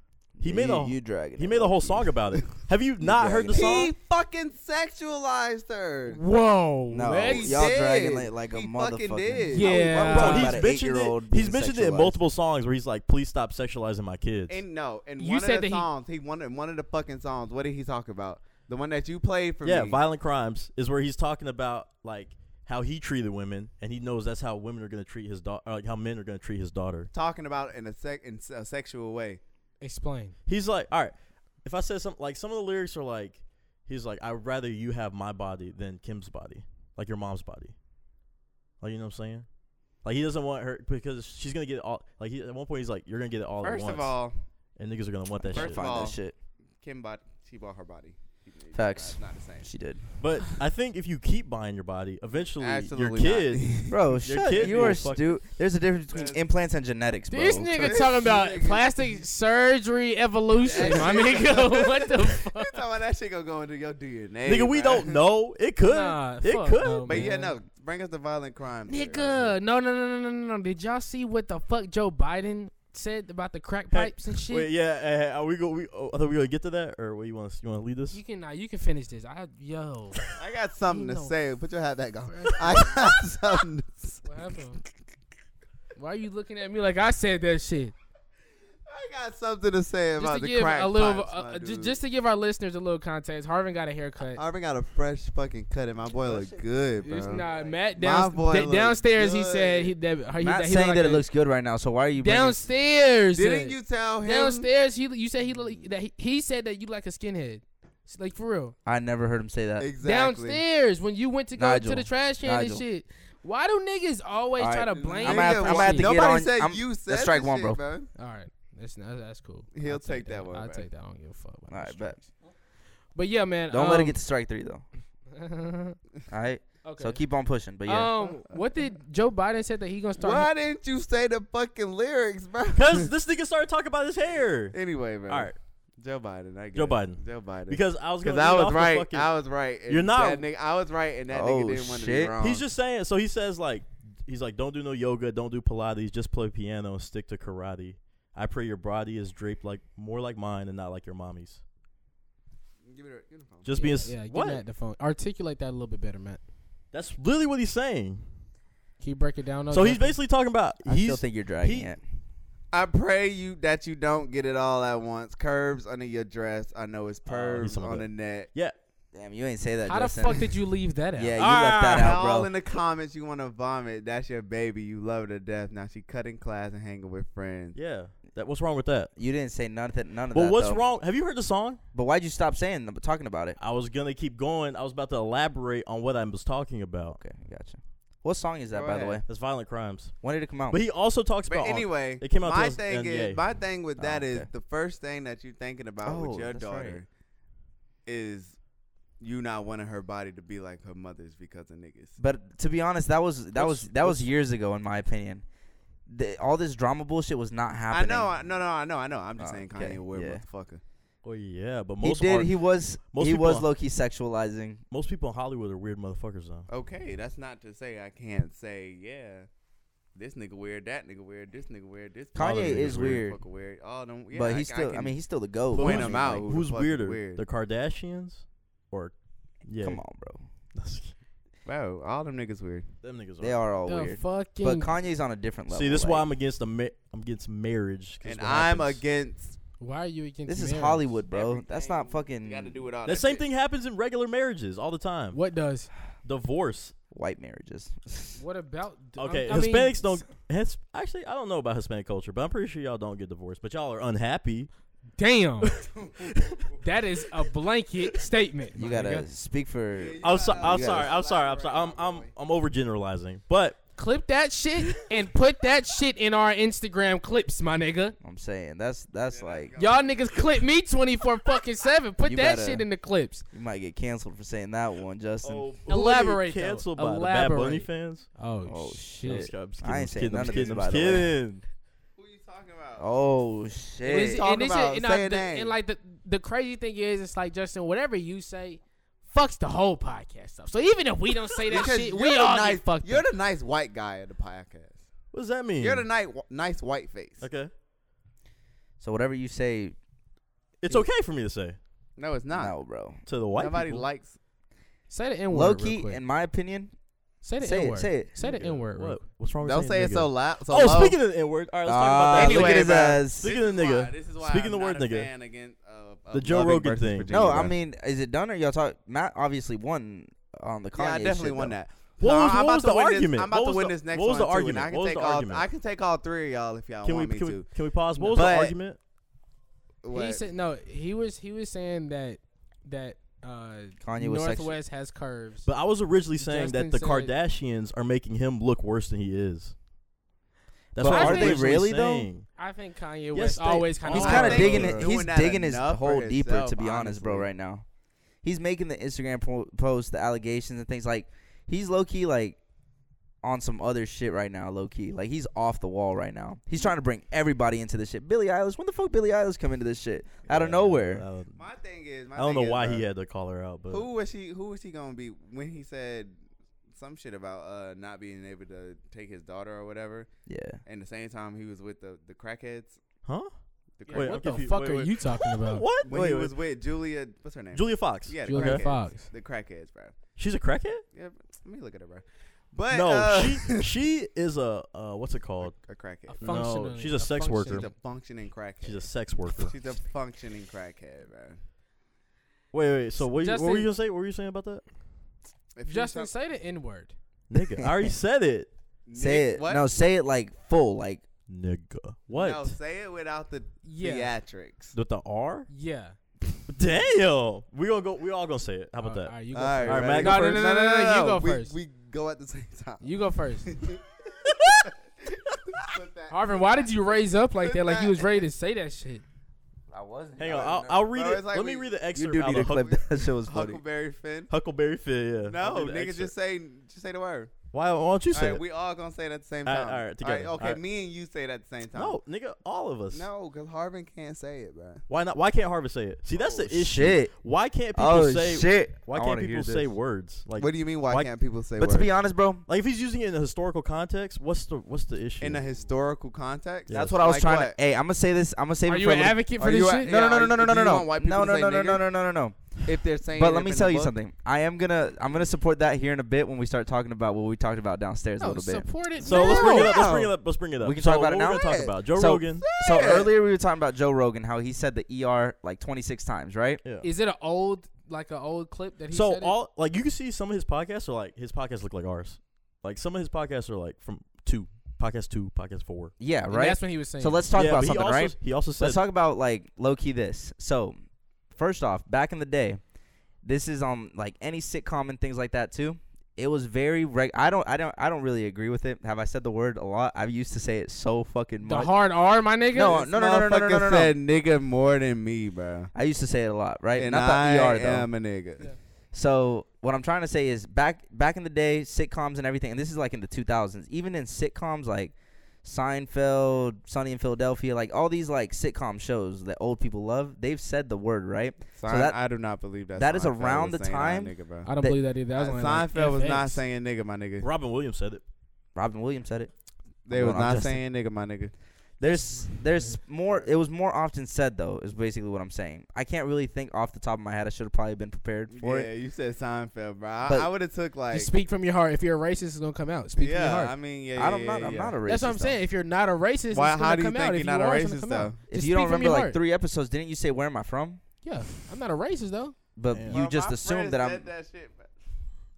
S2: He made
S5: you,
S2: a
S5: you dragging.
S2: he
S5: it,
S2: made a
S5: low
S2: whole
S5: key.
S2: song about it. Have you not heard the song?
S3: He fucking sexualized her.
S1: Whoa.
S5: No,
S1: that's-
S5: y'all
S3: did.
S5: dragging it like a
S3: He fucking
S5: motherfucker.
S3: did.
S1: Yeah.
S5: Bro,
S2: Bro,
S5: about
S2: he's
S5: an
S2: mentioned it.
S5: eight-year-old
S2: He's
S5: being
S2: mentioned it in
S5: sexualized.
S2: multiple songs where he's like, "Please stop sexualizing my kids."
S3: And no, and
S1: You
S3: one
S1: said
S3: of
S1: that
S3: the
S1: he-
S3: songs he one of one of the fucking songs. What did he talk about? The one that you played for
S2: yeah,
S3: me.
S2: violent crimes is where he's talking about like how he treated women, and he knows that's how women are going to treat his daughter, like how men are going to treat his daughter.
S3: talking about in a sec in a sexual way.
S1: <laughs> Explain.
S2: He's like, all right, if I said something like some of the lyrics are like, he's like, I'd rather you have my body than Kim's body, like your mom's body. Like you know what I'm saying? Like he doesn't want her because she's gonna get it all. Like he, at one point he's like, you're gonna get it all at
S3: First
S2: once,
S3: of all,
S2: and niggas are gonna want that
S5: Can't
S3: First
S2: shit.
S3: of
S5: find
S3: all-
S5: that shit.
S3: Kim bought she bought her body. It's not-
S5: Facts.
S3: It's not the same.
S5: She did.
S3: <laughs>
S2: But I think if you keep buying your body, eventually
S3: Absolutely
S2: your
S3: <laughs>
S2: kid.
S3: not.
S5: Bro,
S2: kid
S5: shut. You
S2: will
S5: are
S2: fuck-
S5: stu. There's a difference between
S3: That's-
S5: implants and genetics, bro.
S1: This nigga
S3: this
S1: talking about
S3: nigga-
S1: plastic surgery evolution, my nigga. <laughs> What the
S3: You
S1: fuck?
S3: talking about that shit gonna go into your DNA,
S2: Nigga, we
S3: bruh.
S2: don't know. It could.
S1: Nah,
S2: it
S1: fuck
S2: could.
S1: no,
S3: But yeah,
S1: man.
S3: no. Bring us the violent crime. shit right
S1: Nigga, no, no, no, no, no, no. no. Did y'all see what the fuck Joe Biden said about the crack pipes and shit?
S2: Wait, yeah, uh, are we go? We, oh, I thought we gonna get to that, or what you want? You want to lead this? <laughs>
S1: You can, uh, you can finish this. I, yo,
S3: there. I got something
S1: You
S3: to
S1: know.
S3: say. Put your hat back on. I got <laughs> something. To say.
S1: what happened? Why are you looking at me like I said that shit?
S3: I got something to say
S1: Just
S3: about
S1: to
S3: the
S1: give
S3: crack
S1: a little,
S3: pipes,
S1: uh,
S3: my
S1: uh, ju-
S3: dude.
S1: just to give our listeners a little context, Harvin got a haircut.
S3: I already got a fresh fucking cut, and my boy look good, bro.
S1: It's not Matt
S3: my
S1: down,
S3: boy
S1: da-
S3: look
S1: downstairs. He
S3: good.
S1: said he that he,
S4: Not
S1: that he
S4: saying
S1: look
S4: that
S1: like
S4: it
S1: a-
S4: looks good right now. So why are you bringing?
S1: downstairs.
S3: Didn't
S1: uh,
S3: you tell him?
S1: downstairs? He you said he look like- that he, he said that you like a skinhead. It's like for real.
S4: I never heard him say that.
S3: Exactly.
S1: Downstairs when you went to go
S4: Nigel.
S1: to the trash can
S4: Nigel.
S1: and shit. Why do niggas always
S4: All
S1: try to
S4: right.
S1: blame?
S4: I'ma have-
S3: Nigga,
S4: I'ma have to get
S3: Nobody
S4: on-
S3: said
S4: I'm-
S3: you
S4: that's
S3: said
S4: strike
S3: the
S4: one,
S3: shit,
S4: bro.
S3: man.
S1: All right, that's not, that's cool.
S3: He'll take that one,
S1: I'll
S3: man.
S1: take that. I don't give a fuck. About
S4: All
S1: the
S4: right, bet.
S1: But yeah, man.
S4: Don't let it
S1: um,
S4: get to strike three though.
S1: <laughs>
S4: <laughs> All right.
S1: okay.
S4: So keep on pushing. But yeah,
S1: Um, what did Joe Biden said that he gonna start?
S3: Why didn't you say the fucking
S2: <laughs>
S3: lyrics, bro?
S2: Because this nigga started talking about his
S3: <laughs>
S2: hair.
S3: anyway, man.
S2: All right,
S3: Joe Biden. I get
S2: Joe
S3: it.
S2: Biden.
S3: Joe Biden.
S2: because I was
S3: because
S2: gonna.
S3: I
S2: lead off
S3: was
S2: the
S3: right.
S2: fucking-
S3: I was right. and
S2: You're not-
S3: That nigga, I was right, and that
S4: Oh,
S3: nigga didn't want to be
S4: shit.
S3: wrong.
S2: he's just saying. So he says like, he's like, don't do no yoga, don't do Pilates, just play piano and stick to karate. I pray your body is draped like more like mine and not like your mommy's.
S3: Give it a- give it a phone.
S2: Just
S1: yeah,
S2: being. s-
S1: yeah, give
S2: what?
S1: Matt the phone. Articulate that a little bit better, Matt.
S2: That's literally what he's saying.
S1: Can you break it down? though,
S2: so he's
S1: Justin?
S2: basically talking about.
S4: I still
S2: He's
S4: think you're dragging
S2: he-
S4: it.
S3: I pray you that you don't get it all at once. Curves under your dress. I know it's pervs
S2: Oh, some of
S3: on
S2: that.
S3: the net.
S4: Damn, you ain't say that.
S1: How
S4: Justin.
S1: the fuck did you leave that out?
S4: Yeah, you
S1: Ah,
S4: left that out,
S3: All
S4: bro.
S3: in the comments, you want to vomit. That's your baby. You love her to death. Now she cutting class and hanging with friends.
S2: yeah. That what's wrong with that?
S4: you didn't say nothing. None of
S2: Well,
S4: that.
S2: what's
S4: though.
S2: wrong? Have you heard the song?
S4: But why'd you stop saying talking about it?
S2: I was gonna keep going. I was about to elaborate on what I was talking about.
S4: Okay, I gotcha. What song is that,
S3: Go
S4: by the
S3: ahead.
S4: way?
S2: That's violent crimes.
S4: When did it come out?
S2: But he also talks
S3: Oh. But
S2: about on-
S3: anyway,
S2: it came out
S3: my
S2: 2000
S3: thing
S2: NDA.
S3: is my thing with
S4: Oh,
S3: that is
S4: okay.
S3: the first thing that you thinking about
S4: Oh,
S3: with your
S4: that's right.
S3: daughter is you not wanting her body to be like her mother's because of niggas.
S4: But to be honest, that was that
S2: What's-
S4: was that was
S2: what's-
S4: years ago, in my opinion. The, all this drama bullshit was not
S3: I
S4: happening.
S3: know, I, no, no, I know, I know. I'm just
S4: Oh,
S3: saying
S4: okay,
S3: Kanye a weird
S4: yeah.
S3: motherfucker.
S2: Oh yeah, but
S4: he
S2: most
S4: did.
S2: are-
S4: He was
S2: most
S4: he
S2: people
S4: was
S2: are-
S4: low key sexualizing.
S2: most people in Hollywood are weird motherfuckers though.
S3: Okay, that's not to say I can't say yeah. This nigga weird, that nigga weird, this nigga weird, this
S4: Kanye
S3: nigga
S4: is weird.
S3: fucker weird. All them, yeah,
S4: but
S3: I,
S4: he's still. I,
S3: can-
S4: mean, he's still the goat.
S3: point
S4: I
S3: him
S4: mean,
S3: out.
S4: like,
S3: Who the
S2: Who's
S3: fuck is
S2: weirder,
S3: weird?
S2: the Kardashians or yeah? <laughs>
S4: Come on, bro.
S3: bro, all them niggas weird.
S2: them niggas.
S4: They
S2: are.
S4: are all
S1: the
S4: weird.
S1: fucking.
S4: But Kanye's on a different level.
S2: See, this is
S4: like,
S2: why I'm against the ma- I'm against marriage. 'cause
S3: And
S2: what
S3: I'm
S2: happens-
S3: against.
S1: why are you against?
S4: This is
S1: marriage?
S4: Hollywood, bro. That's not
S3: You got to
S4: fucking
S3: do it all.
S2: The
S3: that
S2: same
S3: shit.
S2: thing happens in regular marriages all the time.
S1: What does?
S2: Divorce.
S4: white marriages. <laughs>
S1: What about? I'm-
S2: Okay,
S1: I mean,
S2: Hispanics don't. His, actually, I don't know about Hispanic culture, but I'm pretty sure y'all don't get divorced. But y'all are unhappy.
S1: Damn. that is a blanket statement.
S4: you
S1: my
S4: gotta
S1: nigga.
S4: speak for.
S2: I'm, so, I'm
S4: you
S2: sorry.
S4: gotta
S2: I'm sorry. I'm sorry. I'm I'm I'm overgeneralizing, but
S1: clip that shit and put that shit in our Instagram clips, my nigga.
S4: I'm saying that's that's like
S1: Y'all niggas clip me 24 fucking 7. Put
S4: You
S1: that
S4: gotta-
S1: shit in the clips.
S4: you might get canceled for saying that one, Justin.
S3: Oh,
S1: who Elaborate, though.
S2: Oh, Canceled by the Bad Bunny
S1: Elaborate.
S2: fans.
S1: Oh,
S4: Oh,
S2: I'm
S1: shit.
S2: just- I'm just
S4: I ain't saying
S2: kidding, I'm
S4: none of
S2: kidding,
S4: this,
S2: I'm
S4: by the way.
S2: kidding.
S3: Who you talking about?
S4: Oh
S1: And
S4: shit!
S1: it's-
S3: Talk
S1: and it's-
S3: about it.
S1: and
S3: Say
S1: I-
S3: a
S1: the-
S3: name.
S1: and like the the crazy thing is, it's like Justin, whatever you say, fucks the whole podcast up. So even if we don't say that
S3: Because
S1: shit,
S3: you're
S1: we
S3: the
S1: all
S3: nice,
S1: get fucked
S3: You're
S1: up.
S3: the nice white guy of the podcast.
S2: What does that mean?
S3: You're the nice, nice white face.
S2: Okay.
S4: So whatever you say
S2: It's okay for me to say
S3: No, it's not.
S4: No, bro.
S2: to the white
S3: Nobody
S2: people.
S3: likes.
S1: Say the N word.
S4: Low
S1: real
S4: key,
S1: quick.
S4: in my opinion,
S1: say the
S4: say
S1: N
S4: it,
S1: word.
S4: say it.
S1: Say the N word.
S2: What? What's wrong with
S3: Don't
S2: saying
S3: say it
S2: nigga?
S3: so loud. So
S2: oh,
S3: low.
S2: speaking of the N word, all right, let's
S4: Ah,
S2: talk about that.
S4: look
S3: Anyway,
S4: at his
S3: bro.
S4: ass.
S2: Speaking of the
S3: This is why-
S2: nigga,
S3: This is why
S2: Speaking
S3: I'm
S2: of the word
S3: not a
S2: nigga.
S3: fan against, uh, of
S2: The Joe
S3: Lubbock
S2: Rogan
S3: versus
S2: thing.
S3: Virginia,
S4: No, I
S3: bro.
S4: mean, is it done or y'all talk? Matt obviously won on the Kanye.
S3: yeah, I definitely
S4: shit,
S3: won
S4: though.
S3: that.
S2: What was-
S3: I'm
S2: what
S3: about
S2: was
S3: to
S2: the
S3: win this-
S2: argument?
S3: I'm about
S2: What
S3: to
S2: was
S3: win
S2: the-
S3: this next
S2: what
S3: one
S2: was the
S3: too, and
S2: argument?
S3: I can
S2: What was
S3: take
S2: the
S3: all.
S2: argument?
S3: I can take all three of y'all if y'all
S2: can we
S3: want me
S2: can we
S3: to.
S2: can we pause? What was
S3: But-
S2: the argument?
S1: He
S3: What?
S1: said no. He was he was saying that that uh,
S4: Kanye was sexy.
S1: Northwest has curves.
S2: But I was originally saying
S1: Justin
S2: that the
S1: said-
S2: Kardashians are making him look worse than he is. That's
S4: But
S2: what I
S1: are
S2: was
S1: they
S2: originally
S4: really, though?
S2: saying.
S1: I think Kanye
S2: Yes,
S1: West
S2: they
S1: always
S2: are.
S1: kind of
S4: He's
S3: I
S4: kind of
S3: think
S4: digging
S3: he's
S4: it.
S3: doing
S4: He's
S3: that
S4: digging his
S3: enough for
S4: hole deeper, to be
S3: himself,
S4: honest, bro.
S3: honestly.
S4: Right now, he's making the Instagram po- posts, the allegations, and things like he's low key like on some other shit right now. Low key, like he's off the wall right now. He's trying to bring everybody into this shit. Billie Eilish, when the fuck Billie Eilish come into this shit out of nowhere?
S2: I,
S3: My thing is, my
S2: I don't
S3: thing
S2: know
S3: is,
S2: why
S3: bro,
S2: he had to call her out, but
S3: Who was he? Who was he gonna be when he said some shit about uh, not being able to take his daughter or whatever?
S4: Yeah,
S3: And the same time he was with the the crackheads.
S2: huh?
S3: The
S1: what
S2: Wait, I'm
S1: the
S2: confused.
S1: fuck
S2: Wait,
S1: are
S2: wait.
S1: you
S2: <laughs>
S1: talking about?
S2: What?
S3: when
S2: wait,
S3: he
S2: wait.
S3: was with Julia, what's her name?
S2: Julia Fox.
S3: Yeah, the
S1: Julia
S3: crackheads.
S1: Fox.
S3: The crackheads, bro.
S2: She's a crackhead?
S3: Yeah, let me look at her, bro. But
S2: no,
S3: uh,
S2: she
S3: <laughs>
S2: she is a uh, what's it
S3: a,
S2: called?
S3: a crackhead.
S1: A
S2: No,
S1: functionally-
S2: she's a sex
S1: function-
S2: worker.
S3: She's a functioning crackhead.
S2: She's a sex worker.
S3: She's a functioning crackhead, bro.
S2: Wait, wait. So what, you- what were
S1: Justin-
S2: you gonna say? What were you saying about that?
S3: If you
S1: Justin,
S3: talk-
S1: say the N word.
S2: Nigga, I
S3: <laughs>
S2: already said it.
S4: say
S3: Nick,
S4: it.
S3: What?
S4: No, say it like full, like
S2: Nigga, what?
S3: No, say it without the
S1: Yeah.
S3: theatrics.
S2: With the R?
S1: Yeah.
S2: Damn. We gonna go. We all gonna say it. How about
S1: Uh,
S2: that?
S1: All right, you go.
S3: All right,
S1: first.
S2: All right, Matt,
S3: ready?
S2: go No, no,
S1: first. no, no, no, no, you go
S3: we,
S1: first.
S3: We go at the same time.
S1: <laughs> You go first.
S3: Put that-
S1: Harvin, why did you raise up like that? Like you was ready to say that shit.
S4: I wasn't.
S2: Hang on. I'll, I'll read
S3: Bro,
S2: it.
S3: it's like
S2: Let me
S3: we-
S2: read the
S4: You
S2: excerpt.
S4: do
S2: out
S4: need to
S2: of
S4: clip
S2: Huck-
S4: that. <laughs> That shit was funny.
S3: Huckleberry Finn?
S2: Huckleberry Finn. Yeah. I'll
S3: No,
S2: do the
S3: nigga,
S2: excerpt.
S3: just say just say the word.
S2: Why, why don't you
S3: All
S2: say
S3: right,
S2: it?
S3: we all gonna say it at the same
S2: All right,
S3: time.
S2: all right, together.
S3: okay,
S2: All right.
S3: me and you say it at the same time.
S2: No, nigga, all of us.
S3: no, because Harvin can't say it, bro.
S2: Why not? Why can't Harvest say it? See, that's the issue.
S4: Oh, Shit.
S2: Why can't people
S4: Oh
S2: say?
S4: shit.
S2: Why
S4: I
S2: can't
S4: wanna hear
S2: people say
S4: this.
S2: words? Like,
S3: What do you mean? Why,
S2: why-
S3: can't people say
S4: But
S3: words?
S4: to be honest, bro,
S2: like if he's using it in a historical context, what's the what's the issue?
S3: in a historical context,
S2: Yeah.
S4: that's what I was
S3: Like
S4: trying
S3: what?
S4: to. Hey, I'm gonna say this. I'm gonna save
S1: Are
S4: it
S1: you
S4: for a
S1: an
S4: little-
S1: advocate
S3: Are
S1: for
S3: you
S1: this
S3: a-
S1: shit?
S3: yeah,
S4: No, no, no,
S3: are
S4: no, no,
S3: you-
S4: no,
S3: do
S4: no,
S3: you
S4: no,
S3: want white
S4: no,
S3: people
S4: no,
S3: to
S4: no,
S3: say
S4: no, no,
S3: nigger?
S4: no, no, no, no.
S3: if they're saying.
S4: But
S3: it
S4: let
S3: up
S4: me
S3: in
S4: tell
S3: the
S4: you
S3: book.
S4: something. I am gonna I'm gonna support that here in a bit when we start talking about what we talked about downstairs a
S1: No,
S4: little bit.
S1: support it.
S2: so let's bring it up. Let's
S4: No.
S2: bring it up. Let's bring it up.
S4: We can
S2: So
S4: talk about it
S2: what
S4: now?
S2: We're gonna talk about Joe
S4: So-
S2: Rogan.
S4: So Oh, earlier we were talking about Joe Rogan, how he said the ER like 26 times, right?
S2: Yeah.
S1: Is it an old like an old clip that he
S2: So
S1: said it?
S2: all like you can see some of his podcasts are like his podcasts look like ours. Like some of his podcasts are like from two podcast two podcast four.
S4: Yeah,
S1: And
S4: right.
S1: That's what he was saying.
S4: So let's talk
S2: Yeah,
S4: about
S2: but
S4: something,
S2: he also,
S4: right?
S2: He also said
S4: Let's talk about like low key this. So first off, back in the day, this is on like any sitcom and things like that too. It was very reg- I don't I don't I don't really agree with it. Have I said the word a lot? I used to say it so fucking
S1: the
S4: much.
S1: hard R, my nigga.
S4: No, no, no, no, no, no, no, no,
S3: Motherfucker
S4: no.
S3: said nigga more than me, bro.
S4: I used to say it a lot, right?
S3: and
S4: Not the
S3: I
S4: ER though.
S3: am a nigga.
S1: Yeah.
S4: So what I'm trying to say is back back in the day, sitcoms and everything, and this is like in the 2000s. Even in sitcoms like Seinfeld, Sunny in Philadelphia, like all these like sitcom shows that old people love, they've said the word right.
S3: So
S4: So that-
S3: I, I do not believe that.
S4: that is
S3: Seinfeld
S4: around
S3: was
S4: the
S3: saying I'm
S4: time
S3: a nigga, bro.
S1: I don't
S4: That-
S1: believe that either. That was only like
S3: Seinfeld was not
S1: FX.
S3: saying nigga, my nigga.
S2: Robin Williams said it.
S4: Robin Williams said it.
S3: They
S4: Hold
S3: was
S4: on,
S3: not
S4: Justin.
S3: saying nigga, my nigga.
S4: There's there's more. It was more often said though. Is basically what I'm saying. I can't really think off the top of my head. I should have probably been prepared for
S3: yeah,
S4: it.
S3: you said Seinfeld, bro. I,
S4: But-
S3: I would have took like.
S1: You speak from your heart. If you're a racist, it's gonna come out. Speak from your
S3: yeah,
S1: heart.
S3: I mean, yeah,
S4: I
S3: yeah,
S4: don't not,
S3: yeah,
S4: I'm
S3: yeah.
S4: not a racist.
S1: That's what I'm saying.
S4: though.
S1: If you're not a racist,
S3: Why-
S1: it's gonna
S3: how do you
S1: come
S3: think
S1: out.
S3: you're
S1: If you
S3: not a
S1: are, it's
S3: racist,
S1: gonna come
S3: though?
S1: out.
S4: If
S1: Just
S4: you
S1: speak
S4: don't
S1: from
S4: remember
S1: your
S4: like
S1: heart.
S4: three episodes, didn't you say where am I from?
S1: Yeah, I'm not a racist though.
S4: But
S2: Damn.
S4: you
S3: Bro,
S4: just
S3: my
S4: assumed
S3: friend
S4: that I'm.
S3: said shit, bro.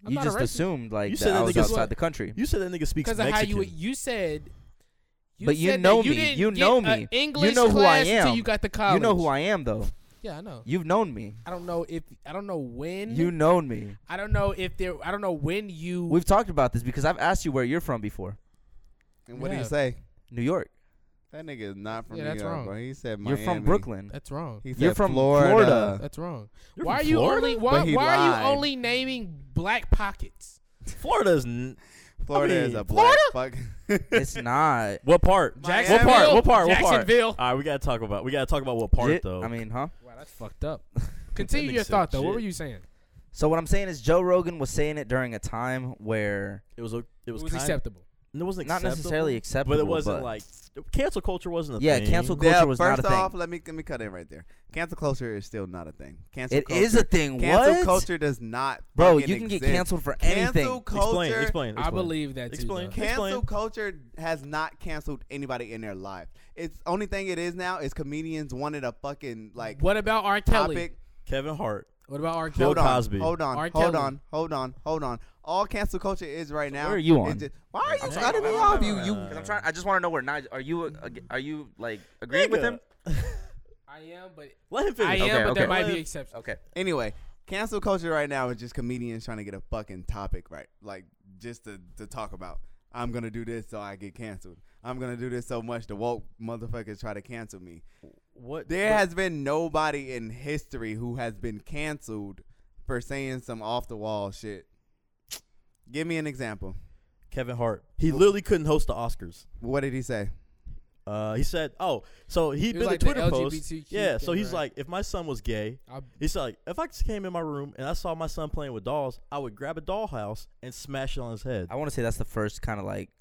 S1: I'm
S4: you
S1: not a
S4: just
S1: racist.
S4: assumed like
S2: You
S4: that
S2: said
S4: I
S2: that
S4: was
S2: nigga-
S4: outside the country.
S2: You said that nigga speaks
S1: Because of
S2: Mexican.
S1: how you you said.
S4: But you
S1: said
S4: know
S1: that you
S4: me.
S1: didn't
S4: You
S1: get
S4: know
S1: a
S4: me. You
S1: English
S4: know who I
S1: class till
S4: am.
S1: You got the college.
S4: You know who I am, though.
S1: Yeah, I know.
S4: You've known me.
S1: I don't know if I don't know when.
S4: You've known me.
S1: I don't know if there. I don't know when you.
S4: We've talked about this because I've asked you where you're from before.
S3: And what do you
S1: Yeah.
S3: say?
S4: New York.
S3: That nigga is not from
S1: Yeah,
S3: New
S1: that's
S3: York,
S1: wrong.
S3: bro. He said
S4: You're
S3: Miami.
S4: from
S3: <laughs>
S4: Brooklyn.
S1: that's wrong.
S3: He said
S4: You're from
S3: Florida.
S4: Florida.
S1: That's wrong.
S2: You're
S1: why are
S2: from
S1: you
S2: Florida?
S1: only? Why,
S3: But he
S1: why are
S3: lied.
S1: you only naming black pockets?
S2: Florida is n-
S3: Florida
S2: I mean,
S3: is a black fuck. <laughs>
S4: It's not.
S2: what part?
S1: Jack-
S2: What part? What part? What part?
S1: Jacksonville.
S2: All right, we gotta talk about. We gotta talk about what part
S4: Jit-
S2: though.
S4: I mean, huh? <laughs>
S1: Wow, that's fucked up. <laughs> Continue
S2: nigga
S1: your
S2: said
S1: thought though. What
S2: shit.
S1: were you saying?
S4: So what I'm saying is Joe Rogan was saying it during a time where
S2: it was a, it
S1: It was,
S2: was, kind,
S1: acceptable.
S2: And it wasn't
S4: Not
S2: acceptable,
S4: necessarily acceptable,
S2: but it wasn't
S4: but-
S2: like cancel culture wasn't a
S4: Yeah,
S2: thing.
S4: cancel
S3: Yeah,
S4: culture was not
S3: first
S4: a thing.
S3: off, let me let me cut in right there. Cancel culture is still not a thing. Cancel
S4: It
S3: culture,
S4: is a thing.
S3: Cancel
S4: what?
S3: culture does not.
S4: Bro,
S3: fucking
S4: you can get
S3: exist.
S4: canceled for
S3: Cancel
S4: anything.
S3: culture.
S2: Explain, explain, explain.
S1: I believe that too.
S2: Explain.
S1: though.
S3: Cancel
S2: Explain.
S3: culture has not canceled anybody in their life. It's only thing it is now is comedians wanted a fucking like
S1: What about R. Kelly?
S3: topic.
S2: Kevin Hart.
S1: What about R.
S2: Bill
S1: Kelly?
S3: Hold on,
S2: Cosby.
S3: hold on,
S1: R.
S3: hold
S1: Kelly.
S3: on, hold on, hold on. All cancel culture is right now.
S4: where are you
S3: is
S4: on?
S3: just- why are you
S4: I'm
S3: cutting me
S4: sorry.
S3: off?
S4: You- you-
S2: Uh,
S4: 'Cause I'm trying. I just want to know where Nigel. Are you? uh, Are you like agreeing with him?
S1: I am, but
S2: Let him
S1: I
S2: finish.
S1: am,
S4: Okay,
S1: but
S4: okay.
S1: there might be
S2: Let-
S1: exceptions.
S4: Okay.
S3: Anyway, cancel culture right now is just comedians trying to get a fucking topic right, like just to, to talk about. I'm gonna do this so I get canceled. I'm gonna do this so much the woke motherfuckers try to cancel me.
S2: What?
S3: There has been nobody in history who has been canceled for saying some off the wall shit. Give me an example.
S2: Kevin Hart. He literally couldn't host the Oscars.
S3: What did he say?
S2: Uh, he said, "Oh, so he
S1: It
S2: did
S1: was
S2: a
S1: like the
S2: Twitter post.
S1: LGBTQ
S2: Yeah, so
S1: thing,
S2: he's
S1: right?
S2: like, if my son was gay,
S1: I,
S2: he's like, if I just came in my room and I saw my son playing with dolls, I would grab a dollhouse and smash it on his head.
S4: I want to say that's the first kind of like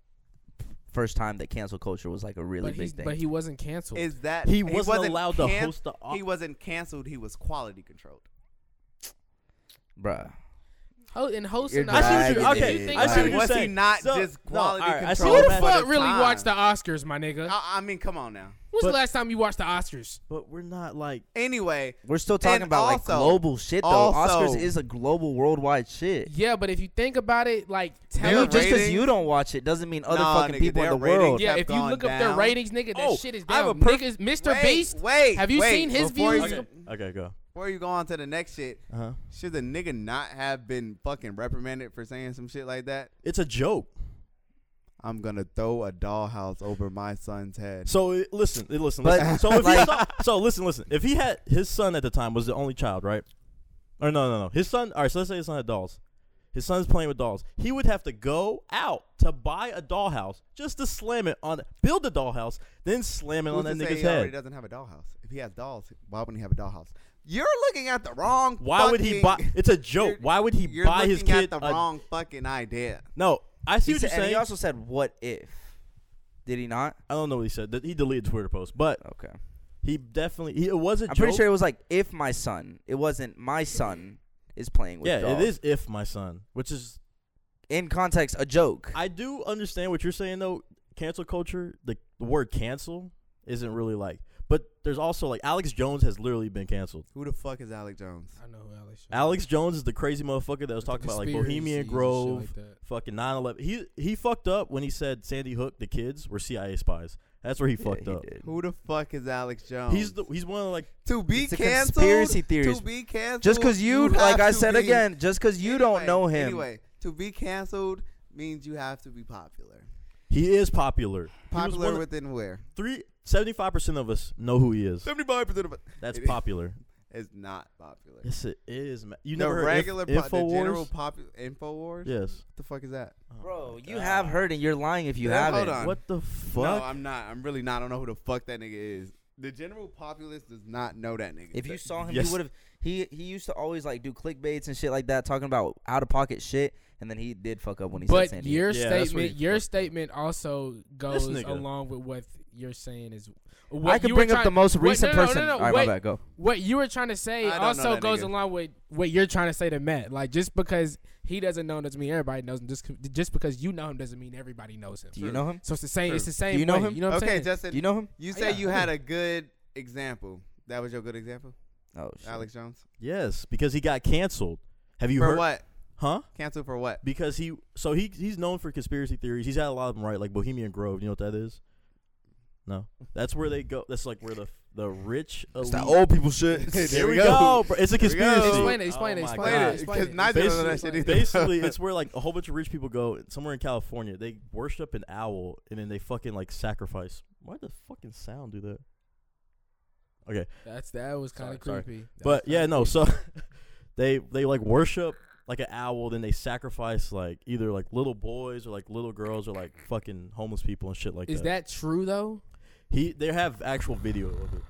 S4: first time that cancel culture was like a really
S1: but,
S4: big
S1: he's,
S4: thing.
S1: but he wasn't canceled.
S3: Is that
S2: He wasn't allowed to host the Oscars.
S3: He wasn't canceled. He was quality controlled.
S4: Bruh.
S1: Ho- and hosting.
S4: You're
S1: the
S2: I see what
S1: Oscars,
S2: you're
S1: if
S2: okay.
S1: you think
S2: I
S1: about
S2: see
S1: it,
S2: what you're
S3: Was he
S2: saying.
S3: not
S2: So-
S3: just
S2: no,
S3: quality
S2: all right, I see
S3: control
S2: what
S1: Who
S2: you're
S1: the
S3: for
S2: saying.
S1: fuck really
S3: time. Uh,
S1: watched the Oscars, my nigga?
S3: I, I mean, come on now.
S1: When's the
S2: But-
S1: last time you watched the Oscars?
S2: But we're not like
S3: Anyway,
S4: We're still talking
S3: And
S4: about like
S3: also-
S4: global shit though.
S3: also-
S4: Oscars is a global worldwide shit.
S1: Yeah, but if you think about it, like
S3: Their
S4: Dude, just
S1: television.
S4: because
S3: ratings-
S4: you don't watch it doesn't mean other
S3: Nah,
S4: fucking
S3: nigga,
S4: people in
S3: their
S4: the
S3: ratings-
S4: world.
S1: Yeah,
S3: have
S1: if you
S3: gone
S1: look up their
S3: down.
S1: ratings, nigga, that
S2: Oh,
S1: shit is
S2: I have
S1: down.
S2: a perf-
S1: Niggas, Mr.
S3: Wait,
S1: Beast.
S3: Wait,
S1: have you
S3: wait,
S1: seen his
S3: before
S1: views?
S3: You,
S2: okay, okay, go.
S3: Before you go on to the next shit,
S2: Uh huh.
S3: should the nigga not have been fucking reprimanded for saying some shit like that?
S2: It's a joke.
S3: I'm gonna throw a dollhouse over my son's head.
S2: So it- listen, it- listen,
S4: But,
S2: listen. So if
S3: <laughs>
S2: he
S4: like-
S2: saw, so listen, listen. If he had his son at the time was the only child, right? Or no, no, no. His son. All right. So let's say his son had dolls. His son's playing with dolls. He would have to go out to buy a dollhouse just to slam it on, build a dollhouse, then slam it
S3: Who's
S2: on that
S3: to say
S2: nigga's
S3: he already
S2: head.
S3: doesn't have a dollhouse? If he has dolls, why wouldn't he have a dollhouse? You're looking at the wrong.
S2: Why would he
S3: fucking-
S2: buy?
S3: <laughs>
S2: It's a joke.
S3: You're-
S2: Why would he
S3: You're
S2: buy
S3: looking
S2: his kid?
S3: at the
S2: a-
S3: wrong fucking idea.
S2: no, I see
S4: He
S2: what
S4: said-
S2: you're
S4: and he
S2: saying.
S4: also said, "What if?" Did he not?
S2: I don't know what he said. That- He deleted Twitter post, but
S4: Okay.
S2: he definitely he, it was a
S4: I'm
S2: joke.
S4: pretty sure it was like, "If my son." It wasn't my son is playing with.
S2: yeah,
S4: dolls.
S2: it is if my son, which is
S4: in context a joke.
S2: I do understand what you're saying though. Cancel culture, the, the word cancel isn't really like, but there's also like Alex Jones has literally been canceled.
S3: Who the fuck is Alec Jones?
S1: I know who Alex. is.
S2: Alex Jones is the crazy motherfucker that was
S1: The
S2: talking about like
S1: conspiracies and
S2: Bohemian
S1: shit
S2: Grove,
S1: like that.
S2: fucking 9/11. He he fucked up when he said Sandy Hook the kids were CIA spies. That's where he
S4: Yeah,
S2: fucked
S4: he
S2: up.
S4: did.
S3: Who the fuck is Alex Jones?
S2: He's the he's one of like
S3: to be
S4: It's a
S3: canceled.
S4: conspiracy theories.
S3: To be canceled.
S4: Just because you,
S3: have
S4: like I
S3: to
S4: said
S3: be-
S4: again, just because you don't
S3: Anyway,
S4: know him.
S3: Anyway, to be canceled means you have to be popular.
S2: he is popular. He was
S3: Popular
S2: one of-
S3: within where?
S2: three. 75% of us know who he
S3: <laughs>
S2: is.
S3: Seventy-five percent of it
S2: That's
S3: <laughs> It is.
S2: popular.
S3: is not popular.
S2: Yes, it is. ma- You
S3: the
S2: never heard
S3: regular,
S2: Inf-
S3: po- the general
S2: Infowars?
S3: popular Infowars.
S2: Yes.
S3: What the fuck is that?
S4: Bro, you have heard and you're lying if you
S3: Yeah, hold
S4: haven't.
S3: on.
S2: What the fuck?
S3: No, I'm not. I'm really not. I don't know who the fuck that nigga is. The general populace does not know that nigga.
S4: If you
S3: That-
S4: saw him,
S2: Yes.
S4: you would have. He he used to always like do clickbaits and shit like that, talking about out of pocket shit, and then he did fuck up when he
S1: But
S4: said Sandy.
S1: your
S2: Yeah, that's what
S1: statement,
S2: he
S1: your
S2: fucked up.
S1: statement also goes
S2: nigga.
S1: along with what you're saying is. What
S4: I could
S1: you were
S4: bring up
S1: trying-
S4: the most
S1: what-
S4: recent
S1: no, no, no,
S4: person.
S1: no,
S4: All right,
S1: wait.
S4: my bad. Go.
S1: what you were trying to say
S3: I don't know
S1: also
S3: that
S1: goes
S3: nigga.
S1: along with what you're trying to say to Matt. Like just because he doesn't know doesn't mean everybody knows him. Just just because you know him doesn't mean everybody knows him.
S4: Do you know him?
S1: So it's the same. It's the same.
S4: Do you know
S1: way,
S4: him?
S1: You know what I'm
S3: okay,
S1: saying?
S3: Justin,
S4: Do
S3: you,
S4: you know him?
S3: say
S1: Yeah,
S3: you
S1: I
S3: had a good example. That was your good example,
S4: Oh shit.
S3: Alex Jones.
S2: Yes, because he got canceled. Have you
S3: for
S2: heard?
S3: what?
S2: Huh?
S3: Canceled for what?
S2: Because he so he he's known for conspiracy theories. He's had a lot of them right, like Bohemian Grove. You know what that is? No, that's where they go. That's like where the the rich. Elite.
S5: people shit.
S2: <laughs> There we go. bro. It's a
S3: There we go.
S2: conspiracy.
S1: Explain it. Explain
S2: Oh
S1: it.
S2: my
S1: Explain
S2: God.
S1: it. Explain
S3: Because
S1: it.
S3: neither of us know that
S1: Explain
S3: shit
S1: it.
S3: either. <laughs>
S2: Basically, it's where like a whole bunch of rich people go somewhere in California. They worship an owl and then they fucking like sacrifice. Why the fucking sound do that?
S1: That's that was kind
S2: Sorry,
S1: of
S2: sorry.
S1: creepy. That was
S2: But yeah,
S1: kinda
S2: no.
S1: creepy. <laughs>
S2: So <laughs> they they like worship like an owl, then they sacrifice like either like little boys or like little girls or like fucking homeless people and shit like
S1: is that true though?
S2: He they have actual video of it.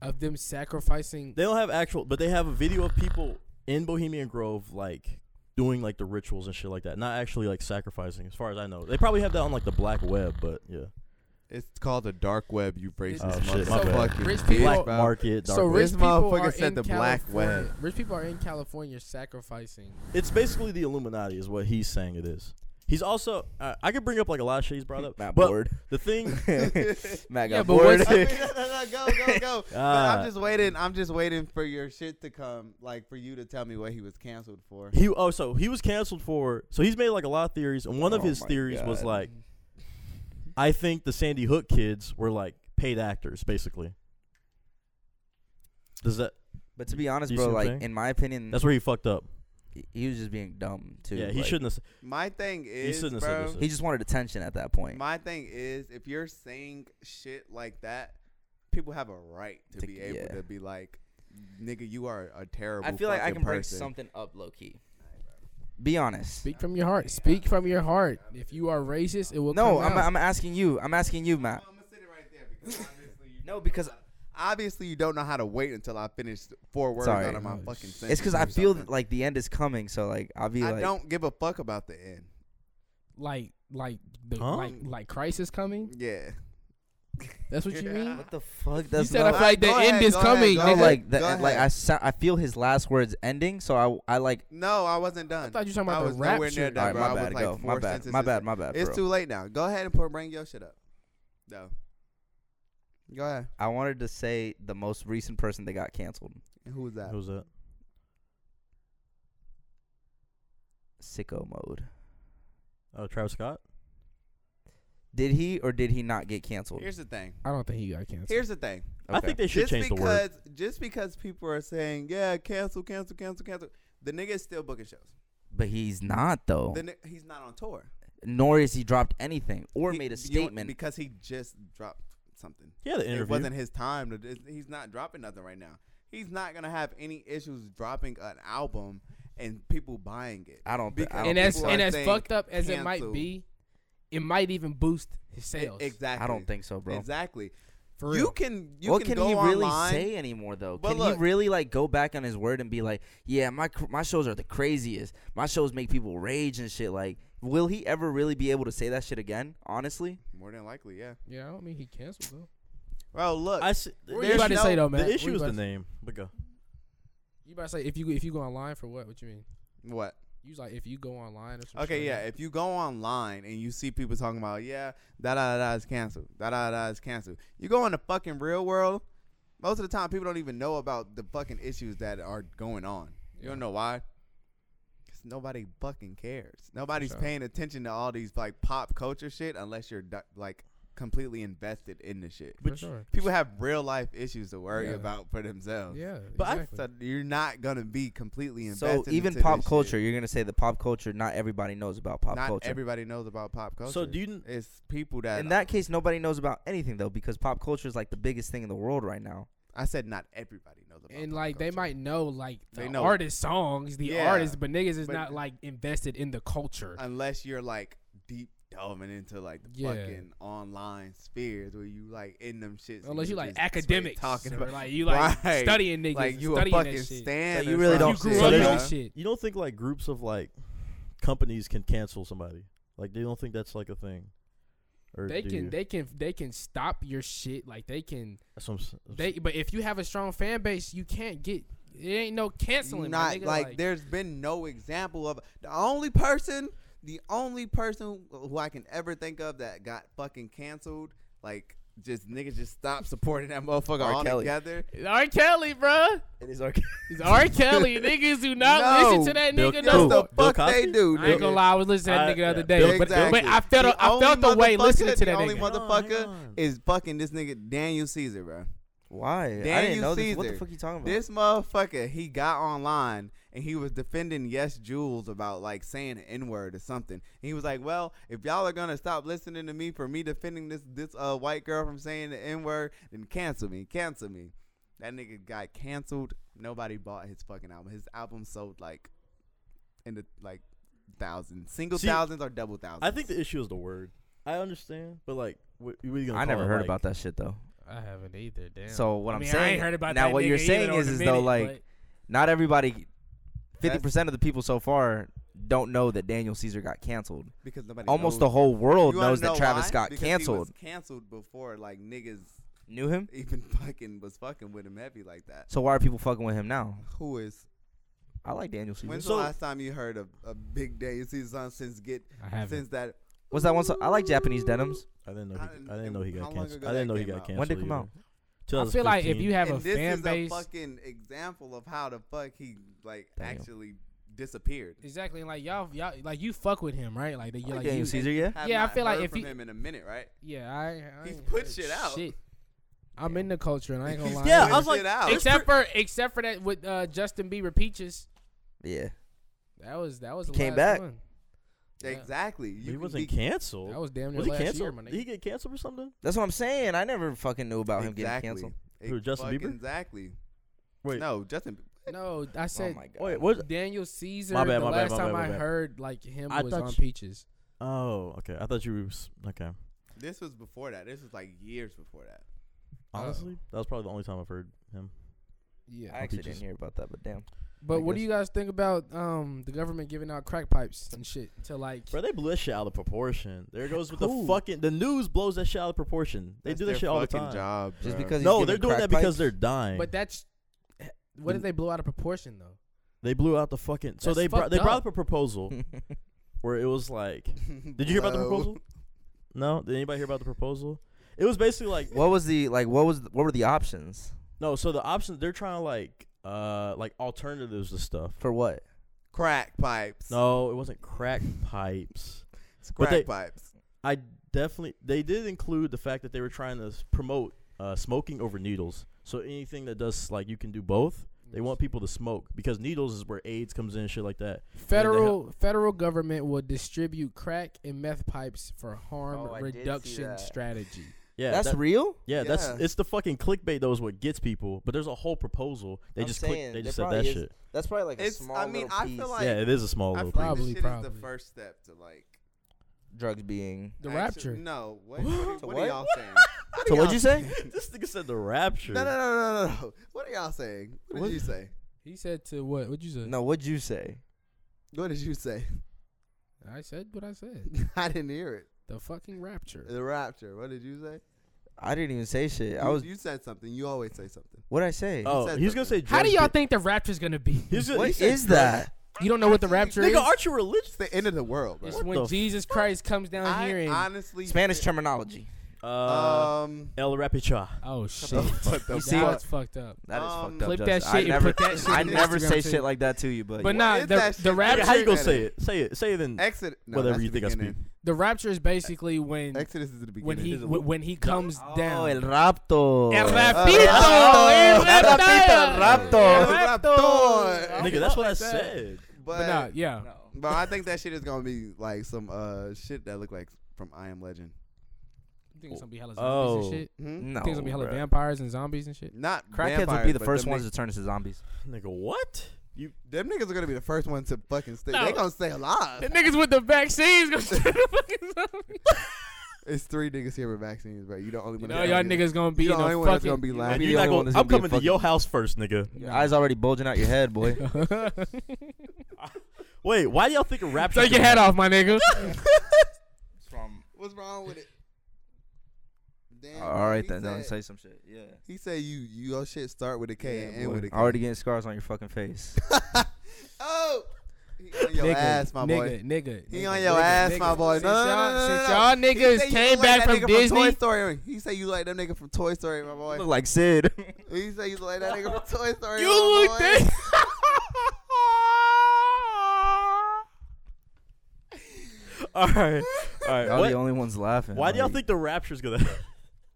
S1: Of them sacrificing
S2: They don't have actual, but they have a video of people in Bohemian Grove like doing like the rituals and shit like that, not actually like sacrificing. As far as I know, they probably have that on like the black web, but yeah,
S3: It's called the dark web. You racist
S2: Oh, shit, my bad.
S3: motherfucking
S1: Rich
S3: bitch,
S1: people-
S2: black
S3: bro.
S2: market. Dark
S1: so
S2: web.
S1: rich
S3: This
S1: people
S3: motherfucker
S1: are
S3: said
S1: in
S3: the black
S1: California-
S3: web.
S1: Rich people are in California sacrificing.
S2: It's basically the Illuminati, is what he's saying. It is. He's also. Uh, I could bring up like a lot of shit he's brought up.
S4: Matt
S2: but
S4: bored.
S2: The thing.
S4: <laughs> Matt got
S1: Yeah, but
S3: <laughs>
S4: bored. <laughs>
S1: what's-
S3: I mean, no, no, go, go, go. But
S2: Ah.
S4: Uh.
S3: I'm just waiting. I'm just waiting for your shit to come, like for you to tell me what he was canceled for.
S2: He oh so he was canceled for so he's made like a lot of theories and one of
S4: Oh
S2: his
S4: my
S2: theories was
S4: God.
S2: like I think the Sandy Hook kids were like paid actors basically. Does that
S4: but to be honest,
S2: You
S4: bro,
S2: see what I'm
S4: like
S2: saying?
S4: in my opinion,
S2: that's where he fucked up.
S4: he- he was just being dumb too.
S2: yeah, he
S4: Mm. like,
S2: shouldn't have s-
S3: My thing
S2: he
S3: is,
S2: shouldn't have
S3: bro,
S2: said this.
S4: He just wanted attention at that point.
S3: My thing is, if you're saying shit like that, people have a right to,
S4: To-
S3: be able
S4: yeah.
S3: to be like, "Nigga, you are a terrible."
S4: I feel like I
S3: fucking
S4: can break
S3: person.
S4: something up, low key. Be honest.
S1: Speak from your heart. Speak from your heart. If you are racist, it will.
S4: no,
S1: come
S4: I'm,
S1: out.
S4: I'm asking you. I'm asking you, Matt.
S3: I'm gonna sit it right there
S4: <laughs>
S3: because obviously you
S4: No, because
S3: obviously you don't know how to wait until I finish four words
S4: Sorry.
S3: out of my
S1: Oh,
S3: fucking sentence.
S4: it's because I
S3: or
S4: feel
S3: something.
S4: that, like the end is coming. So like I'll be
S3: I
S4: like,
S3: don't give a fuck about the end.
S1: like, like, the,
S2: Huh?
S1: like, like, crisis coming.
S3: Yeah.
S1: That's what you mean.
S4: what the fuck? That's
S1: you said I
S4: not.
S1: feel like the
S3: Go ahead,
S1: end is
S3: go
S1: coming.
S3: ahead,
S4: no,
S1: nigga.
S3: go
S4: like
S3: ahead,
S4: the,
S3: go
S4: like I
S3: ahead.
S4: sou- I feel his last words ending. So I I like.
S3: No, I wasn't done.
S1: I thought you were talking about
S3: I
S1: the
S3: was
S1: rap
S3: nowhere
S1: shit.
S3: near
S4: All
S3: done,
S4: right,
S3: bro.
S4: my
S3: I
S4: bad.
S3: was like
S4: Go.
S3: four
S4: My bad.
S3: sentences
S4: My bad.
S3: in.
S4: My bad.
S3: It's
S4: bro.
S3: too late now. Go ahead and put, bring your shit up. No. Go ahead.
S4: I wanted to say the most recent person that got canceled.
S3: And Who was that?
S2: Who was that?
S4: Sicko mode.
S2: Oh, Travis Scott?
S4: Did he or did he not get canceled?
S3: Here's the thing.
S1: I don't think he got canceled.
S3: Here's the thing.
S2: I think they should
S3: Just
S2: change the word.
S3: because just because people are saying, yeah, cancel, cancel, cancel, cancel, the nigga is still booking shows.
S4: but he's not though.
S3: The ni- he's not on tour.
S4: Nor has he dropped anything or
S3: He-
S4: made
S3: you
S4: a
S3: know,
S4: statement.
S3: because he just dropped something.
S2: Yeah, the interview.
S3: It wasn't his time. To, it- he's not dropping nothing right now. He's not gonna have any issues dropping an album and people buying it.
S4: I don't. Th- I
S3: Because-
S1: and
S4: don't think
S1: as
S4: so.
S1: and as
S3: saying
S1: fucked up as it might
S3: cancel.
S1: be, it might even boost his
S3: E-
S1: sales.
S3: Exactly.
S4: I don't think so, bro.
S3: Exactly.
S1: For real.
S3: You can. You
S4: what
S3: can,
S4: can,
S3: go
S4: he really
S3: online.
S4: say anymore though?
S3: But
S4: can
S3: look-
S4: he really like go back on his word and be like, "Yeah, my cr- my shows are the craziest. My shows make people rage and shit." Like, will he ever really be able to say that shit again? Honestly,
S3: More than likely, yeah.
S1: yeah, I don't mean he canceled though.
S3: Bro, look.
S2: I s-
S1: What were
S2: the
S1: you about to
S2: issue-
S1: say though, man?
S2: the issue
S1: What
S2: is
S1: you
S2: the
S1: about to-
S2: name. But go.
S1: You about to say if you if you go online for what? What you mean?
S3: what?
S1: You was like if you go online or something.
S3: Okay, yeah. If you go online and you see people talking about, yeah, da da da is canceled, da da da is canceled. You go in the fucking real world. Most of the time, people don't even know about the fucking issues that are going on. You don't know why? Because nobody fucking cares. Nobody's
S1: sure.
S3: paying attention to all these like pop culture shit unless you're du- like completely invested in the shit.
S1: For sure.
S3: People have real life issues to worry
S1: Yeah.
S3: about for themselves.
S1: Yeah.
S3: But I-
S1: exactly.
S3: so you're not gonna be completely invested.
S4: so even
S3: into
S4: pop
S3: this shit.
S4: culture, you're gonna say the pop culture. Not everybody knows about pop
S3: not
S4: culture.
S3: everybody knows about pop culture.
S2: So do you n-
S3: It's people that.
S4: in that case, nobody knows about anything though, because pop culture is like the biggest thing in the world right now.
S3: I said not everybody knows about.
S1: and
S3: pop
S1: like they
S3: culture.
S1: might know like the
S3: They know.
S1: artist songs, the
S3: Yeah,
S1: artist, but niggas is
S3: but-
S1: not like invested in the culture.
S3: unless you're like deep delving into like the
S1: Yeah.
S3: fucking online spheres where you like in them shits. and
S1: Unless you like
S3: just straight
S1: academics,
S3: talking about
S1: like you like
S3: Right.
S1: studying niggas,
S3: <laughs> like you a
S1: studying
S3: fucking
S1: that shit.
S3: stand.
S4: So you
S3: or
S4: really
S3: some
S4: don't-
S1: you grew
S3: shit,
S4: so
S1: up in
S4: there's-
S3: bruh.
S1: this shit.
S2: You don't think like groups of like companies can cancel somebody? Like they don't think that's like a thing. Or
S1: They
S2: do
S1: can
S2: you?
S1: they can they can stop your shit. Like they can
S2: That's what I'm s- I'm s-
S1: they but if you have a strong fan base, you can't get it ain't no canceling. my
S3: Not
S1: nigga,
S3: like, there's been no example of the only person, the only person who I can ever think of that got fucking canceled, like just niggas just stopped supporting that motherfucker
S4: R. Kelly.
S3: altogether.
S1: R. Kelly, bruh.
S4: It is
S3: <laughs>
S4: <laughs> our.
S1: It's R. Kelly. Niggas do not
S3: No.
S1: listen to that
S2: Bill-
S1: nigga.
S2: Yo,
S1: No,
S3: That's the
S2: Bill
S3: fuck they
S2: Cosby?
S3: do.
S1: I ain't gonna lie. I was listening to that
S2: I-
S1: nigga the other
S2: yeah,
S1: day,
S2: Bill-
S1: but,
S3: Exactly.
S1: but I felt I felt the way listening to that
S3: The only
S1: nigga.
S3: motherfucker
S2: Hang on.
S3: is fucking this nigga Daniel Caesar, bro.
S4: Why?
S3: Daniel
S4: I didn't know this. What the
S3: Caesar.
S4: fuck you talking about?
S3: This motherfucker, he got online and he was defending Yes Jules about like saying the N word or something. He was like, "Well, if y'all are gonna stop listening to me for me defending this this uh white girl from saying the N word, then cancel me, cancel me." That nigga got canceled. Nobody bought his fucking album. His album sold like in the like thousands, single
S2: See,
S3: thousands or double thousands.
S2: I think the issue is the word. I understand, but like, what, what are you gonna?
S4: I
S2: call
S4: never
S2: it,
S4: heard
S2: like-
S4: about that shit though.
S1: I haven't either. Damn.
S4: So what
S1: I
S4: I'm
S1: mean,
S4: saying
S1: I ain't heard about
S4: now,
S1: that
S4: what
S1: nigga
S4: you're
S1: either
S4: saying
S1: on
S4: is,
S1: the
S4: is
S1: minute,
S4: though like
S1: but-
S4: not everybody. Fifty
S3: That's-
S4: percent of the people so far don't know that Daniel Caesar got canceled.
S3: because nobody
S4: Almost the
S3: knows.
S4: whole world
S3: You wanna
S4: knows
S3: know
S4: that Travis
S3: why?
S4: Scott
S3: Because he was
S4: canceled.
S3: canceled before like niggas <laughs>
S4: Knew him,
S3: even fucking was fucking with him heavy like that.
S4: so why are people fucking with him now?
S3: Who is?
S4: I like Daniel Caesar.
S3: When's
S2: So-
S3: the last time you heard of a big Daniel Caesar song uh, since get
S1: I haven't.
S3: since that?
S4: What's that one? song? I like Japanese denims.
S2: I didn't know.
S3: How
S2: He,
S3: did-
S2: I didn't know he
S3: how
S2: got
S3: long
S2: canceled.
S3: ago
S2: I
S3: that
S2: didn't know he
S3: came
S2: got
S3: out?
S2: canceled.
S4: When did it come
S2: either.
S4: out?
S1: I feel like if
S2: 2015.
S1: you have
S3: and
S1: a
S3: this
S1: fan
S3: is
S1: base,
S3: a fucking example of how the fuck he like
S4: Damn.
S3: actually disappeared.
S1: exactly, and like y'all, y'all, like you fuck with him, right? Like that, you
S4: I
S1: like
S4: like Daniel
S1: you,
S4: Caesar, yeah.
S3: Have
S1: Yeah, I
S3: not
S1: feel like
S3: heard
S1: if
S3: from
S1: you-
S3: him in a minute, right?
S1: yeah. I, I
S3: He's
S1: ain't
S3: put
S1: heard
S3: shit out.
S1: Shit. I'm in the culture, and I ain't
S3: <laughs>
S1: gonna lie.
S2: Yeah,
S3: Put
S2: I was
S3: shit
S2: like,
S3: out.
S2: it's-
S4: <laughs>
S1: except for except for that with uh, Justin Bieber peaches.
S4: Yeah.
S1: That was that was the
S4: Came
S1: last
S4: back.
S1: one. Yeah.
S3: exactly. You
S2: he
S3: can
S2: wasn't
S3: be-
S2: canceled.
S1: That was damn near
S2: was he
S1: last
S2: canceled?
S1: year, my
S2: did he
S1: nigga.
S2: get canceled or something?
S4: That's what I'm saying. I never fucking knew about him getting
S3: exactly.
S4: canceled.
S2: Who, Justin
S3: Fuck
S2: Bieber?
S3: Exactly.
S2: Wait.
S3: No, Justin.
S1: No, I
S4: Oh
S1: said
S4: my god.
S2: Wait, what?
S1: Daniel Caesar.
S2: My bad,
S1: the
S2: my bad,
S1: last
S2: my
S1: time
S2: bad, my
S1: I
S2: bad.
S1: heard like him
S2: I
S1: was
S2: thought
S1: on
S2: you-
S1: peaches.
S2: Oh, okay. I thought you were okay.
S3: This was before that. This was like years before that.
S2: Honestly,
S1: Oh.
S2: that was probably the only time I've heard him.
S1: Yeah,
S4: I actually
S2: Peaches.
S4: didn't hear about that, but damn.
S1: but
S4: I
S1: what do
S4: guess.
S1: you guys think about um the government giving out crack pipes and shit to like?
S2: Bro, they blew that shit out of proportion. There goes with
S1: Who?
S2: the fucking. The news blows that shit out of proportion. They
S3: That's
S2: do that
S3: their
S2: shit all the
S3: fucking
S2: time.
S3: Job,
S4: Just
S3: bro. <laughs>
S4: because he's
S2: No,
S4: giving
S2: they're doing
S4: crack
S2: that because
S4: pipes?
S2: they're dying.
S1: But that's what did they blow out of proportion though?
S2: they blew out the fucking. So
S1: That's
S2: they brought
S1: fucked
S2: they brought
S1: up.
S2: up a proposal
S4: <laughs>
S2: where it was like, did you hear about the
S3: Blow.
S2: proposal? No, did anybody hear about the proposal? It was basically like
S4: what was the like? What was what were the options
S2: no. So the options they're trying to like uh like alternatives to stuff.
S4: for what?
S3: Crack pipes.
S2: No, it wasn't crack pipes.
S3: It's
S2: but
S3: crack
S2: they-
S3: pipes.
S2: I definitely they did include the fact that they were trying to s- promote uh, smoking over needles. So anything that does like you can do both. They want people to smoke because needles is where AIDS comes in and shit like that.
S1: Federal federal government will distribute crack and meth pipes for harm
S4: Oh, I did see
S1: reduction
S4: that.
S1: strategy.
S2: Yeah,
S4: That's
S2: that-
S4: real.
S2: yeah, that's
S3: yeah.
S2: it's the fucking clickbait though is what gets people. But there's a whole proposal. They
S4: I'm
S2: just
S4: saying,
S2: click. They
S4: there
S2: just said
S4: probably
S2: that
S4: is
S2: shit.
S4: That's probably like
S3: It's- I mean, I feel like-
S2: yeah, it is a small
S3: I
S2: little
S3: feel
S2: piece.
S3: like this
S1: Probably,
S3: shit is
S1: probably.
S3: the first step to like.
S4: drugs being.
S1: The
S3: actu-
S1: rapture.
S3: No.
S2: <gasps>
S3: What, what, are-
S4: To
S3: what
S4: what?
S3: are y'all saying?
S4: So what'd you say?
S2: <laughs> this nigga said the rapture.
S3: no, no, no, no, no, no. What are y'all saying? What did
S1: What?
S3: you say?
S1: He said to what? What'd you say?
S4: No, what'd you say?
S3: What did you say? <laughs>
S1: I said what I said.
S3: I didn't hear it.
S1: The fucking rapture.
S3: The rapture. What did you say?
S4: I didn't even say shit. I
S3: You-
S4: was.
S3: You said something. You always say something.
S4: What'd I say?
S2: Oh,
S3: said
S2: he's gonna say.
S3: something.
S1: How do
S2: drugs
S1: y'all
S2: be-
S1: think the rapture's gonna be?
S2: He's gonna,
S4: what
S2: he
S4: is
S2: said drugs.
S4: that?
S1: You don't know what the rapture
S2: Nigga,
S1: is?
S2: aren't you religious?
S3: It's the end of the world, bro.
S1: It's
S2: What
S1: when
S2: the
S1: Jesus Christ comes down
S3: I
S1: here and
S3: honestly
S4: Spanish
S3: think-
S4: terminology.
S2: Uh,
S3: Um.
S2: <laughs> El Rapicha.
S1: oh shit,
S3: <laughs> What the
S1: that's
S4: see what-
S1: fucked up.
S4: That is
S3: Um,
S4: fucked up.
S1: Clip that
S4: Justin.
S1: shit
S4: I
S1: and
S4: never,
S1: put that shit
S4: I
S1: on
S4: never
S1: Instagram
S4: say
S1: too.
S4: shit like that to you, but,
S1: But
S4: yeah.
S1: nah,
S3: is
S1: the-
S3: that
S1: the
S3: shit?
S1: rapture-
S2: How you gonna
S3: Exodus-
S2: say it? Say it. Say it. Then
S3: Exodus. No,
S2: whatever
S3: that's
S2: you
S3: the
S2: think I speak.
S3: beginning.
S1: The rapture is basically when
S3: Exodus is the beginning.
S1: when he wh- when he comes
S4: Oh,
S1: down.
S4: el rapto.
S1: El
S3: rapito,
S1: el
S4: Oh, el
S1: raptaya.
S4: rapito, el rapto.
S3: El raptor.
S1: Raptor.
S2: Nigga, that's what I
S1: Like that.
S2: said.
S3: but,
S1: But nah, yeah.
S3: but I think that shit is gonna be like some uh shit that look like from I Am Legend.
S1: You think it's gonna be hella zombies
S2: Oh.
S1: and shit?
S3: Hmm?
S4: No.
S1: You think it's gonna be hella
S4: bruh.
S1: vampires and zombies and shit?
S3: Not
S4: Crackheads would
S3: vampires,
S4: be the
S3: but
S4: first
S3: them
S4: ones
S3: nigg-
S4: to turn into zombies.
S2: Nigga, what? You
S3: them niggas are gonna be the first ones to fucking stay.
S1: No.
S3: They gonna stay alive.
S1: The niggas with the vaccines gonna turn the fucking zombies.
S3: It's three niggas here with vaccines, bro. You the only
S1: You
S3: one.
S1: know
S3: that's
S1: y'all
S3: gonna get it.
S1: niggas gonna be
S3: You
S1: in
S3: the only
S1: a
S3: one that's gonna
S1: fucking.
S3: be
S4: Man,
S3: laughing.
S4: you
S2: you
S4: the
S2: not
S4: only one
S2: gonna,
S4: that's
S2: I'm
S4: gonna be a
S2: coming to your house first, nigga.
S4: Your eyes already bulging out your
S1: <laughs>
S4: head, boy.
S2: Wait, why do y'all think a rapture?
S1: Take your
S2: could-
S1: head off, my nigga.
S3: <laughs> What's wrong with it? Damn.
S4: All right, then.
S3: He
S4: Don't
S3: said,
S4: say some shit. Yeah.
S3: he said you you your shit start with a K and end
S4: boy.
S3: with a K.
S4: Already getting scars on your fucking face.
S3: oh, he on your
S1: nigga,
S3: ass, my boy.
S1: nigga, nigga.
S3: He
S1: nigga,
S3: on your
S1: nigga,
S3: ass,
S1: nigga.
S3: my boy.
S1: Since
S3: No, no, no,
S1: y'all-
S3: no, no,
S1: since
S3: no.
S1: y'all
S3: He
S1: niggas
S3: say you
S1: came
S3: look like
S1: back
S3: that
S1: from
S3: nigga Toy
S1: Disney,
S3: Story. He say you like that nigga from Toy Story, my boy.
S4: Look like Sid.
S3: He say you like that nigga from Toy Story.
S1: you
S3: my
S1: looked
S3: boy.
S1: at.
S2: <laughs>
S1: <laughs>
S2: All right, all
S4: Y'all the
S2: right. What,
S4: only ones laughing.
S2: why do y'all
S4: like-
S2: think the rapture's gonna?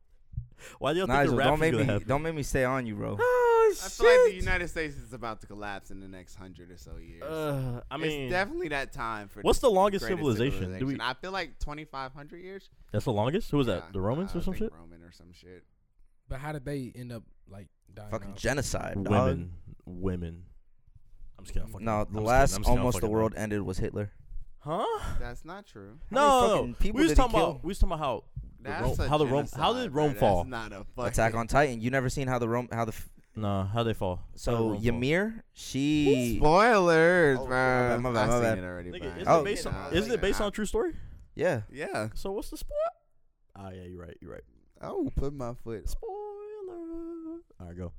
S2: <laughs> why do y'all think
S4: Nigel,
S2: the rapture's
S4: don't make
S2: gonna <laughs>
S4: me
S2: happen?
S4: don't make me stay on you, bro.
S2: Oh,
S3: I feel like the United States is about to collapse in the next hundred or so years.
S2: Uh, I mean,
S3: it's definitely that time for.
S2: what's
S3: this
S2: the longest
S3: greatest
S2: civilization? Do we-
S3: I feel like twenty five hundred years.
S2: that's the longest. Who was that?
S3: Yeah,
S2: The Romans
S3: I
S2: or some
S3: think
S2: shit?
S3: Roman or some shit.
S1: But how did they end up like dying?
S4: Fucking
S1: off?
S4: genocide, dog.
S2: Women, women. I'm just kidding. I'm fucking-
S4: No,
S2: I'm just
S4: the
S2: kidding,
S4: last
S2: I'm just kidding, I'm
S4: almost the
S2: fucking-
S4: world ended was Hitler.
S2: Huh?
S3: That's not true.
S4: many
S2: No,
S4: fucking
S2: no, no.
S4: people
S2: we was
S4: did he
S2: talking about
S4: kill?
S2: we was talking about how the
S3: That's
S2: Ro-
S3: a
S2: how the Rome how
S3: genocide,
S2: did
S3: bro.
S2: Rome fall?
S3: That's not a fucking.
S4: Attack on Titan. You never seen how the Rome how the f-
S2: No, how they fall?
S4: So
S2: How'd Rome fall?
S4: Ymir,
S3: <laughs>
S4: she
S3: Spoilers,
S4: Oh,
S3: man.
S4: my bad, my
S3: I've seen
S4: bad.
S3: it already.
S2: Nigga,
S3: man.
S2: is
S4: Oh,
S2: it based
S3: Nah,
S2: on? Isn't
S3: like,
S2: it based
S3: nah.
S2: on a true story?
S4: yeah.
S3: Yeah.
S2: So what's the spoil? Oh yeah, you're right. You're right.
S3: I will put my foot.
S2: Spoiler. All right, go.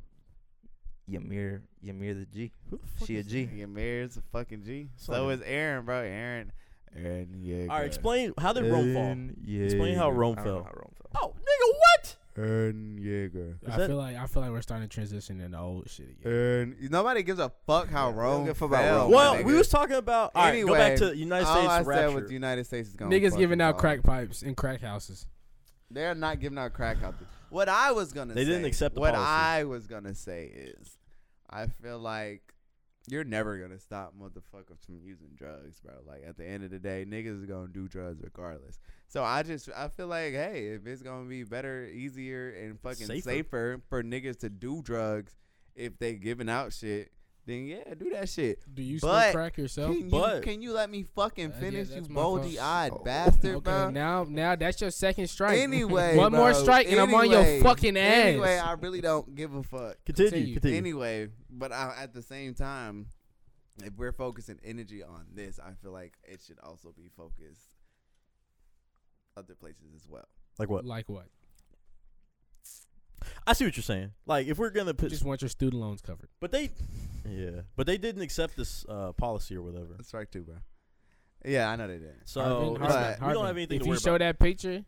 S4: Ymir, Ymir the G.
S2: Who the fuck
S4: She a
S2: is-
S4: G.
S3: Yamir's a fucking G.
S2: It's
S3: So
S2: like-
S3: is Aaron, bro. Aaron. Aaron. Yeah.
S2: All right, explain how did Rome fall? Explain how Rome
S4: I don't know
S2: fell.
S4: how Rome fell.
S2: Oh, nigga, what?
S3: Aaron Yeager.
S2: Is
S1: I
S2: that-
S1: feel like I feel like we're starting to transition into old shit again.
S3: Aaron. Nobody gives a fuck how Rome.
S4: give a fuck about
S3: fell,
S4: Rome,
S3: Oh, my
S2: well,
S3: nigga.
S2: we was talking about. All right, go back
S3: Anyway,
S2: to United
S3: all
S2: States
S3: I
S2: rapture.
S3: said was the United States is going.
S1: Niggas giving out crack pipes in crack houses.
S3: They're not giving out crack out. there. What I was gonna
S2: They
S3: say,
S2: didn't accept the
S3: what
S2: policy.
S3: I was gonna say is, I feel like you're never gonna stop motherfuckers from using drugs, bro. Like at the end of the day, niggas is gonna do drugs regardless. So I just I feel like hey, if it's gonna be better, easier, and fucking
S2: Safer.
S3: safer, for niggas to do drugs if they giving out shit, then yeah, do that shit.
S1: Do you
S3: But-
S1: smoke crack yourself?
S3: can, you,
S2: but- Oh,
S3: can you let me fucking
S1: Uh, yeah,
S3: finish you
S1: that's my fault.
S3: moldy eyed bastard,
S1: Okay,
S3: bro?
S1: now now that's your second strike. <laughs>
S3: Anyway,
S1: one more
S3: bro,
S1: strike and I'm on
S3: anyway,
S1: your fucking ass.
S3: Anyway, I really don't give a fuck.
S2: Continue,
S1: Continue.
S2: continue.
S3: Anyway, but I, at the same time, if we're focusing energy on this, I feel like it should also be focused other places as well.
S2: like what?
S1: like what?
S2: I see what you're saying. Like if we're gonna put,
S1: Just want your student loans covered.
S2: but they, yeah, but they didn't accept this uh, policy or whatever.
S3: That's right too, bro. Yeah, I know they did.
S2: So
S1: Harvin, Harvin,
S2: it's not- we
S1: Harvin,
S2: don't have anything
S1: If
S2: to
S1: you
S2: worry
S1: show
S2: about.
S1: that picture,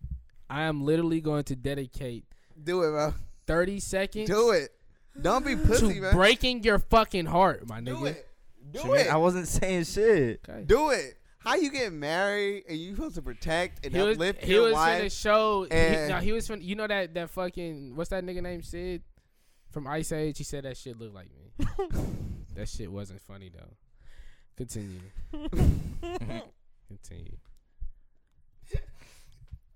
S1: I am literally going to dedicate
S3: Do it, bro.
S1: 30 seconds
S3: Do it. Don't be pussy,
S1: to
S3: man.
S1: breaking your fucking heart, my
S3: Do
S1: nigga.
S3: it. Do
S4: Shit,
S3: it.
S4: I wasn't saying
S1: <laughs>
S4: shit.
S1: Okay.
S3: Do it. How you get married and you supposed to protect and
S1: He was,
S3: uplift
S1: he
S3: your
S1: was
S3: wife?
S1: in a show. He,
S3: and-
S1: no, he was from. You know that that fucking what's that nigga name Sid from Ice Age. He said that shit looked like
S3: <laughs>
S1: me. that shit wasn't funny though. Continue. Continue.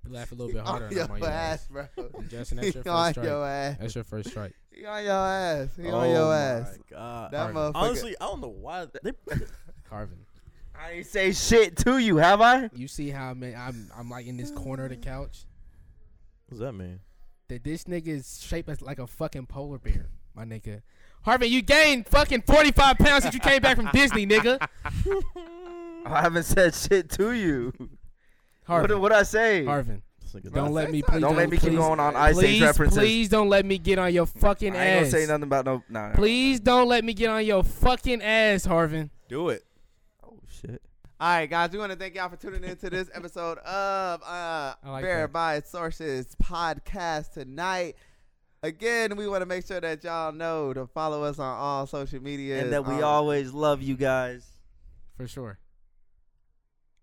S1: Laugh a little bit harder.
S3: <laughs> on
S1: and I'm
S3: your ass, bro.
S1: I'm Justin,
S3: He
S1: that's your first
S3: <laughs> on
S1: strike.
S3: your ass.
S1: That's your first strike.
S3: He on your ass. He on
S2: Oh
S3: your
S2: my
S3: ass.
S2: God.
S3: That motherfucker.
S2: Honestly, I don't know why they. <laughs>
S1: Carvin.
S4: I ain't say shit to you, have I?
S1: You see how I'm in, I'm I'm like in this corner of the couch.
S2: What does that mean?
S1: That this nigga is shaped as like a fucking polar bear, my nigga. Harvin, you gained fucking 45 pounds since you came back from Disney, nigga.
S4: I haven't said shit to you. What
S1: Harvin,
S4: what I say?
S1: Harvin,
S2: It's like a-
S1: don't let me
S3: something.
S1: please
S4: Don't let me keep
S1: please-
S4: going on Ice Age
S1: Please,
S4: references.
S1: please don't let me get on your fucking
S4: I ain't
S1: ass.
S4: gonna say nothing about no. Nah, nah.
S1: Please don't let me get on your fucking ass, Harvin.
S3: Do it.
S4: Oh shit.
S3: All right, guys, we want to thank y'all for tuning in to this <laughs> episode of uh,
S1: I like
S3: Verified Sources podcast tonight. Again, we want to make sure that y'all know to follow us on all social media.
S4: And that we
S3: Um,
S4: always love you guys.
S1: For sure.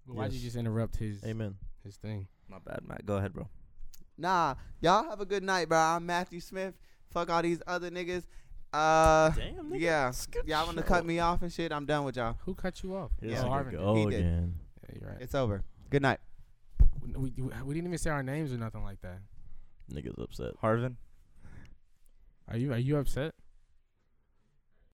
S1: But Why'd you
S2: Yes.
S1: just interrupt his
S2: Amen.
S1: his thing?
S4: My bad, Matt. Go ahead, bro.
S3: Nah, y'all have a good night, bro. I'm Matthew Smith. Fuck all these other niggas. Uh,
S2: Damn. Nigga.
S3: yeah, y'all want to cut me off and shit? I'm done with y'all.
S1: Who cut you off?
S2: This
S3: Yeah.
S1: oh,
S2: nigga
S1: Harvin.
S2: go
S3: He did.
S2: again.
S1: Yeah, you're right.
S3: It's over. Good night.
S1: We, we, we didn't even say our names or nothing like that.
S2: Niggas upset.
S4: Harvin.
S1: Are you are you upset?